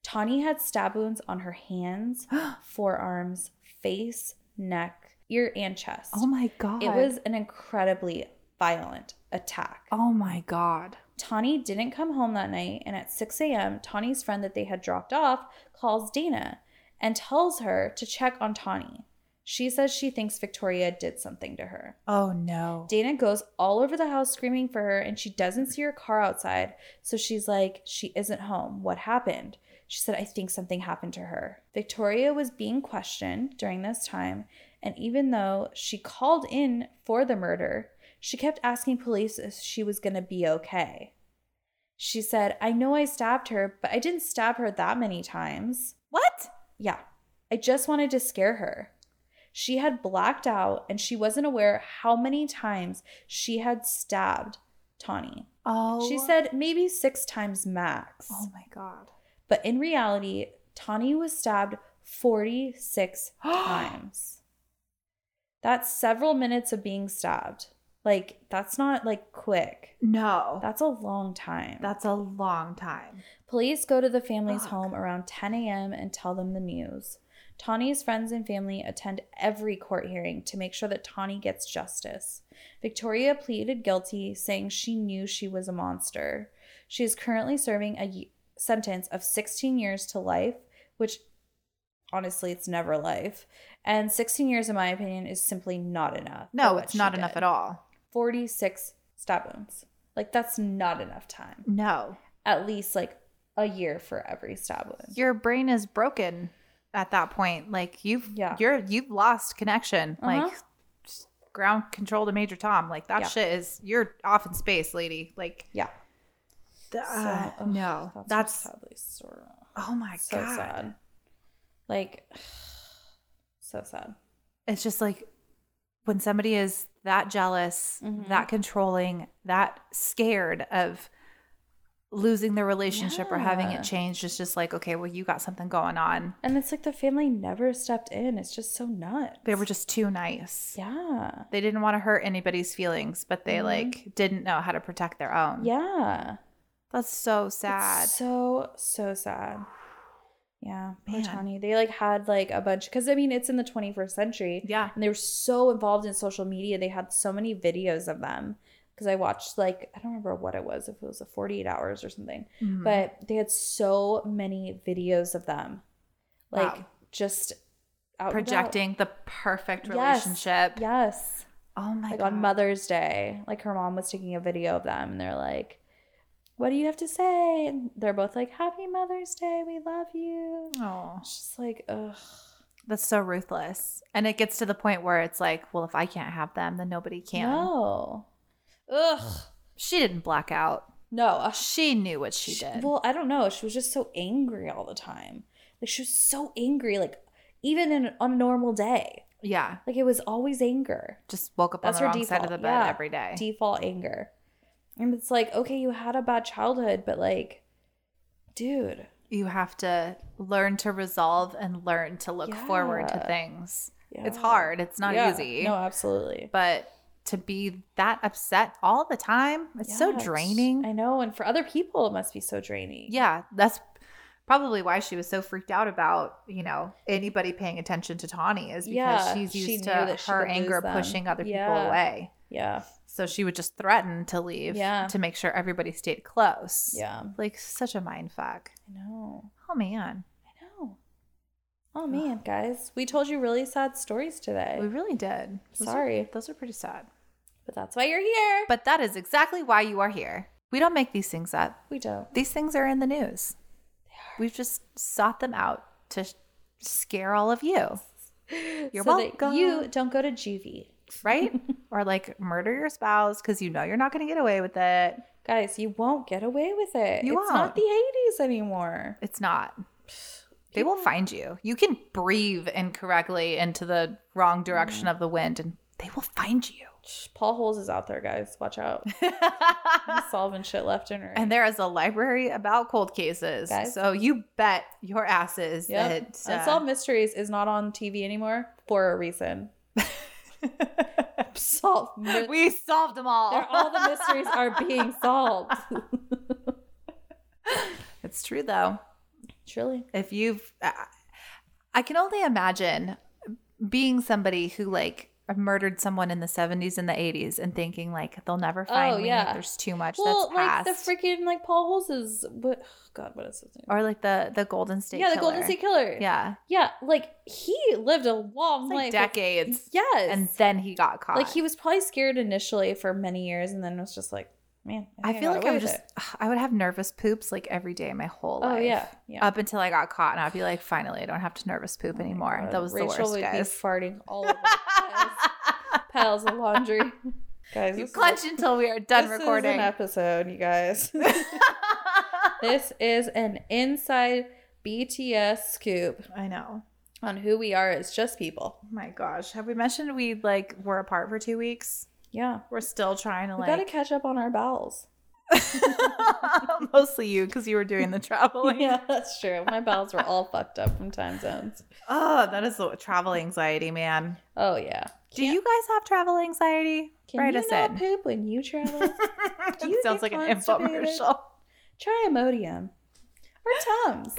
Speaker 1: Tawny had stab wounds on her hands, forearms, face, neck, ear, and chest.
Speaker 2: Oh my god.
Speaker 1: It was an incredibly violent attack.
Speaker 2: Oh my god.
Speaker 1: Tawny didn't come home that night, and at 6 a.m., Tawny's friend that they had dropped off calls Dana and tells her to check on Tawny. She says she thinks Victoria did something to her.
Speaker 2: Oh no.
Speaker 1: Dana goes all over the house screaming for her, and she doesn't see her car outside. So she's like, She isn't home. What happened? She said, I think something happened to her. Victoria was being questioned during this time, and even though she called in for the murder, she kept asking police if she was going to be okay. She said, I know I stabbed her, but I didn't stab her that many times.
Speaker 2: what?
Speaker 1: Yeah, I just wanted to scare her. She had blacked out and she wasn't aware how many times she had stabbed Tawny.
Speaker 2: Oh.
Speaker 1: She said maybe six times max.
Speaker 2: Oh my god.
Speaker 1: But in reality, Tawny was stabbed 46 times. That's several minutes of being stabbed. Like, that's not like quick.
Speaker 2: No.
Speaker 1: That's a long time.
Speaker 2: That's a long time.
Speaker 1: Police go to the family's
Speaker 2: Fuck.
Speaker 1: home around 10 a.m. and tell them the news. Tawny's friends and family attend every court hearing to make sure that Tawny gets justice. Victoria pleaded guilty, saying she knew she was a monster. She is currently serving a y- sentence of 16 years to life, which honestly, it's never life. And 16 years, in my opinion, is simply not enough.
Speaker 2: No, it's not enough at all.
Speaker 1: 46 stab wounds. Like, that's not enough time
Speaker 2: No.
Speaker 1: at least like a year for every stab wound.
Speaker 2: Your brain is broken at that point. Like you've
Speaker 1: Yeah.
Speaker 2: you're you've lost connection. Like
Speaker 1: Uh-huh.
Speaker 2: s- ground control to Major Tom. Like that
Speaker 1: Yeah.
Speaker 2: shit is you're off in space, lady. Like
Speaker 1: yeah.
Speaker 2: th-
Speaker 1: So,
Speaker 2: uh,
Speaker 1: ugh,
Speaker 2: no.
Speaker 1: That's,
Speaker 2: That's,
Speaker 1: just how they sort of-
Speaker 2: oh my
Speaker 1: so
Speaker 2: god.
Speaker 1: sad. Like so sad.
Speaker 2: It's just like when somebody is that jealous,
Speaker 1: Mhm.
Speaker 2: that controlling, that scared of losing their relationship or having
Speaker 1: Yeah.
Speaker 2: it changed, it's just like, okay, well, you got something going on.
Speaker 1: And it's like the family never stepped in. It's just so nuts.
Speaker 2: They were just too nice.
Speaker 1: Yeah.
Speaker 2: They didn't want to hurt anybody's feelings, but they
Speaker 1: Mhm.
Speaker 2: like didn't know how to protect their own.
Speaker 1: Yeah.
Speaker 2: That's so
Speaker 1: It's
Speaker 2: Um, sad.
Speaker 1: so so sad. Yeah, poor
Speaker 2: Man.
Speaker 1: Tawny. They like had like a bunch because I mean it's in the 21st century.
Speaker 2: yeah.
Speaker 1: and they were so involved in social media they had so many videos of them because i watched like i don't remember what it was if it was a 48 hours or something
Speaker 2: Mhm.
Speaker 1: but they had so many videos of them like
Speaker 2: Wow.
Speaker 1: just out and about.
Speaker 2: projecting the perfect
Speaker 1: Yes.
Speaker 2: relationship.
Speaker 1: yes
Speaker 2: Oh my
Speaker 1: like
Speaker 2: god.
Speaker 1: on mother's day like her mom was taking a video of them and they're like what do you have to say and they're both like happy mother's day we love you
Speaker 2: Oh,
Speaker 1: it's just like ugh
Speaker 2: that's so ruthless. And it gets to the point where it's like, well, if I can't have them, then nobody can.
Speaker 1: no ugh
Speaker 2: She didn't black out.
Speaker 1: no
Speaker 2: She knew what she did.
Speaker 1: Well, I don't know. She was just so angry all the time. Like she was so angry. Like even in, on a normal day,
Speaker 2: yeah.
Speaker 1: like it was always anger,
Speaker 2: Just woke up
Speaker 1: That's
Speaker 2: on the
Speaker 1: her
Speaker 2: wrong side of
Speaker 1: default.
Speaker 2: the bed
Speaker 1: Yeah.
Speaker 2: every day.
Speaker 1: default anger. And it's like, okay, you had a bad childhood, but like, dude,
Speaker 2: you have to learn to resolve and learn to look forward to
Speaker 1: Yeah.
Speaker 2: things. It's
Speaker 1: yeah.
Speaker 2: hard. It's not
Speaker 1: Yeah.
Speaker 2: easy.
Speaker 1: No, absolutely.
Speaker 2: But to be that upset all the time, it's so
Speaker 1: Yeah,
Speaker 2: draining.
Speaker 1: I know, and for other people, it must be so draining.
Speaker 2: yeah, that's probably why she was so freaked out about, you know, anybody paying attention to Tawny is because
Speaker 1: Yeah,
Speaker 2: she's
Speaker 1: she
Speaker 2: used
Speaker 1: knew
Speaker 2: to
Speaker 1: that she
Speaker 2: her
Speaker 1: could lose
Speaker 2: anger
Speaker 1: them.
Speaker 2: pushing other people
Speaker 1: Yeah.
Speaker 2: away.
Speaker 1: yeah,
Speaker 2: So she would just threaten to leave
Speaker 1: Yeah.
Speaker 2: to make sure everybody stayed close.
Speaker 1: yeah.
Speaker 2: Like such a mind fuck.
Speaker 1: I know,
Speaker 2: Oh man.
Speaker 1: I know. Oh man, guys, we told you really sad stories today,
Speaker 2: We really did. Those are-
Speaker 1: Sorry.
Speaker 2: those are pretty sad.
Speaker 1: but that's why you're here.
Speaker 2: But that is exactly why you are here. We don't make these things up.
Speaker 1: we don't.
Speaker 2: These things are in the news. We've just sought them out to sh- scare all of you. You're
Speaker 1: so
Speaker 2: welcome.
Speaker 1: that you don't go to juvie.
Speaker 2: right? or like murder your spouse because you know you're not going to get away with it.
Speaker 1: Guys, you won't get away with it.
Speaker 2: You
Speaker 1: it's not
Speaker 2: won't.
Speaker 1: the 80s anymore.
Speaker 2: It's not. They will find you. You can breathe incorrectly into the wrong direction
Speaker 1: Mm.
Speaker 2: of the wind and they will find you.
Speaker 1: Paul Holes is out there, guys. Watch out. He's solving shit left and right.
Speaker 2: and there is a library about cold cases.
Speaker 1: Guys.
Speaker 2: So you bet your asses
Speaker 1: Yep.
Speaker 2: that. uh,
Speaker 1: Unsolved Mysteries is not on TV anymore for a reason. Solved. my-
Speaker 2: uh, we solved them all.
Speaker 1: They're- all the mysteries are being solved.
Speaker 2: It's true though.
Speaker 1: Truly.
Speaker 2: If you've, I I can only imagine being somebody who like murdered someone in the 70s and the 80s and thinking like they'll never find
Speaker 1: Oh,
Speaker 2: me.
Speaker 1: yeah.
Speaker 2: There's too much
Speaker 1: Well,
Speaker 2: that's
Speaker 1: like
Speaker 2: past.
Speaker 1: the freaking like Paul Holz's what oh God, what is his name?
Speaker 2: or like the the Golden State.
Speaker 1: yeah, the Golden
Speaker 2: Killer.
Speaker 1: State Killer.
Speaker 2: Yeah,
Speaker 1: yeah, like he lived a long
Speaker 2: It's like
Speaker 1: life. with-
Speaker 2: decades,
Speaker 1: Yes,
Speaker 2: and then he got caught.
Speaker 1: like he was probably scared initially for many years, and then was just like, man,
Speaker 2: I
Speaker 1: think
Speaker 2: feel
Speaker 1: got
Speaker 2: like
Speaker 1: away
Speaker 2: I'm
Speaker 1: with
Speaker 2: just.
Speaker 1: it.
Speaker 2: ugh, I would have nervous poops like every day my whole
Speaker 1: Oh
Speaker 2: life.
Speaker 1: yeah, yeah.
Speaker 2: Up until I got caught, and I'd be like, finally, I don't have to nervous poop
Speaker 1: Oh my
Speaker 2: anymore.
Speaker 1: God,
Speaker 2: that was
Speaker 1: Rachel
Speaker 2: the worst,
Speaker 1: would
Speaker 2: guys.
Speaker 1: be farting all over piles, piles of laundry. Guys,
Speaker 2: you
Speaker 1: this is a-
Speaker 2: clutch until we are done
Speaker 1: this is
Speaker 2: recording.
Speaker 1: an episode, you guys. this is an inside BTS scoop
Speaker 2: I know.
Speaker 1: on who we are as just people.
Speaker 2: Oh my gosh, have we mentioned we like were apart for two weeks?
Speaker 1: Yeah.
Speaker 2: We're still trying to
Speaker 1: We
Speaker 2: like
Speaker 1: gotta catch up on our bowels.
Speaker 2: mostly you because you were doing the traveling.
Speaker 1: Yeah, that's true. My bowels were all fucked up from time zones.
Speaker 2: Oh, that is the travel anxiety, man.
Speaker 1: Oh yeah.
Speaker 2: Do you guys have travel anxiety?
Speaker 1: Can
Speaker 2: Write
Speaker 1: you
Speaker 2: us
Speaker 1: not
Speaker 2: in.
Speaker 1: poop when you travel? Do you
Speaker 2: it sounds like
Speaker 1: get
Speaker 2: an
Speaker 1: constipated?
Speaker 2: infomercial.
Speaker 1: Try Imodium or Tums.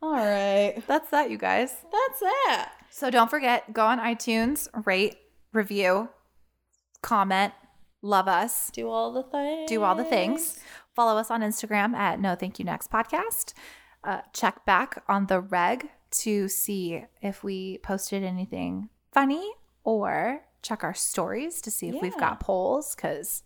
Speaker 1: All right.
Speaker 2: That's that, you guys.
Speaker 1: That's that.
Speaker 2: So don't forget, go on iTunes, rate, review, comment, love us,
Speaker 1: Do all the things.
Speaker 2: do all the things. Follow us on Instagram at No Thank You Next Podcast. Uh, check back on the reg to see if we posted anything funny or check our stories to see if we've
Speaker 1: Yeah.
Speaker 2: got polls because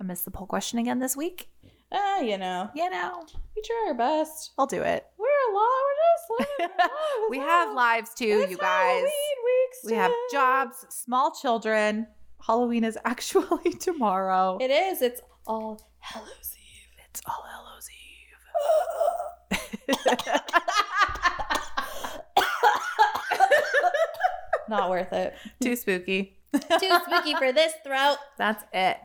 Speaker 2: I missed the poll question again this week.
Speaker 1: Ah, you know,
Speaker 2: You know,
Speaker 1: we try our best.
Speaker 2: I'll do it.
Speaker 1: We're a lot. We're just living our lives.
Speaker 2: We
Speaker 1: It's
Speaker 2: have
Speaker 1: Hall-
Speaker 2: lives too,
Speaker 1: it's
Speaker 2: you guys.
Speaker 1: Halloween week
Speaker 2: We have
Speaker 1: still.
Speaker 2: jobs, small children. Halloween is actually tomorrow.
Speaker 1: It is. It's all Hallows Eve.
Speaker 2: it's all Hallows Eve.
Speaker 1: Not worth it.
Speaker 2: Too spooky.
Speaker 1: Too spooky for this throat.
Speaker 2: That's it.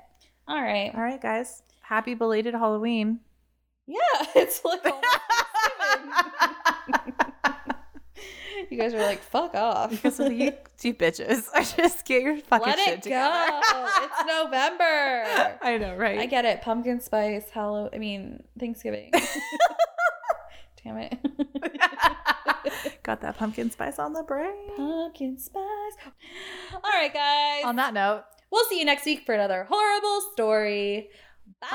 Speaker 1: All right.
Speaker 2: All right, guys. Happy belated Halloween.
Speaker 1: Yeah, it's like you guys are like, fuck off.
Speaker 2: Because of you two bitches. I just get your fucking
Speaker 1: Let
Speaker 2: shit
Speaker 1: it
Speaker 2: together.
Speaker 1: go. it's November.
Speaker 2: I know, right?
Speaker 1: I get it. Pumpkin spice, Halloween. I mean, Thanksgiving. Damn it.
Speaker 2: Got that pumpkin spice on the brain.
Speaker 1: Pumpkin spice. All right, guys.
Speaker 2: On that note,
Speaker 1: we'll see you next week for another horrible story.
Speaker 2: bye.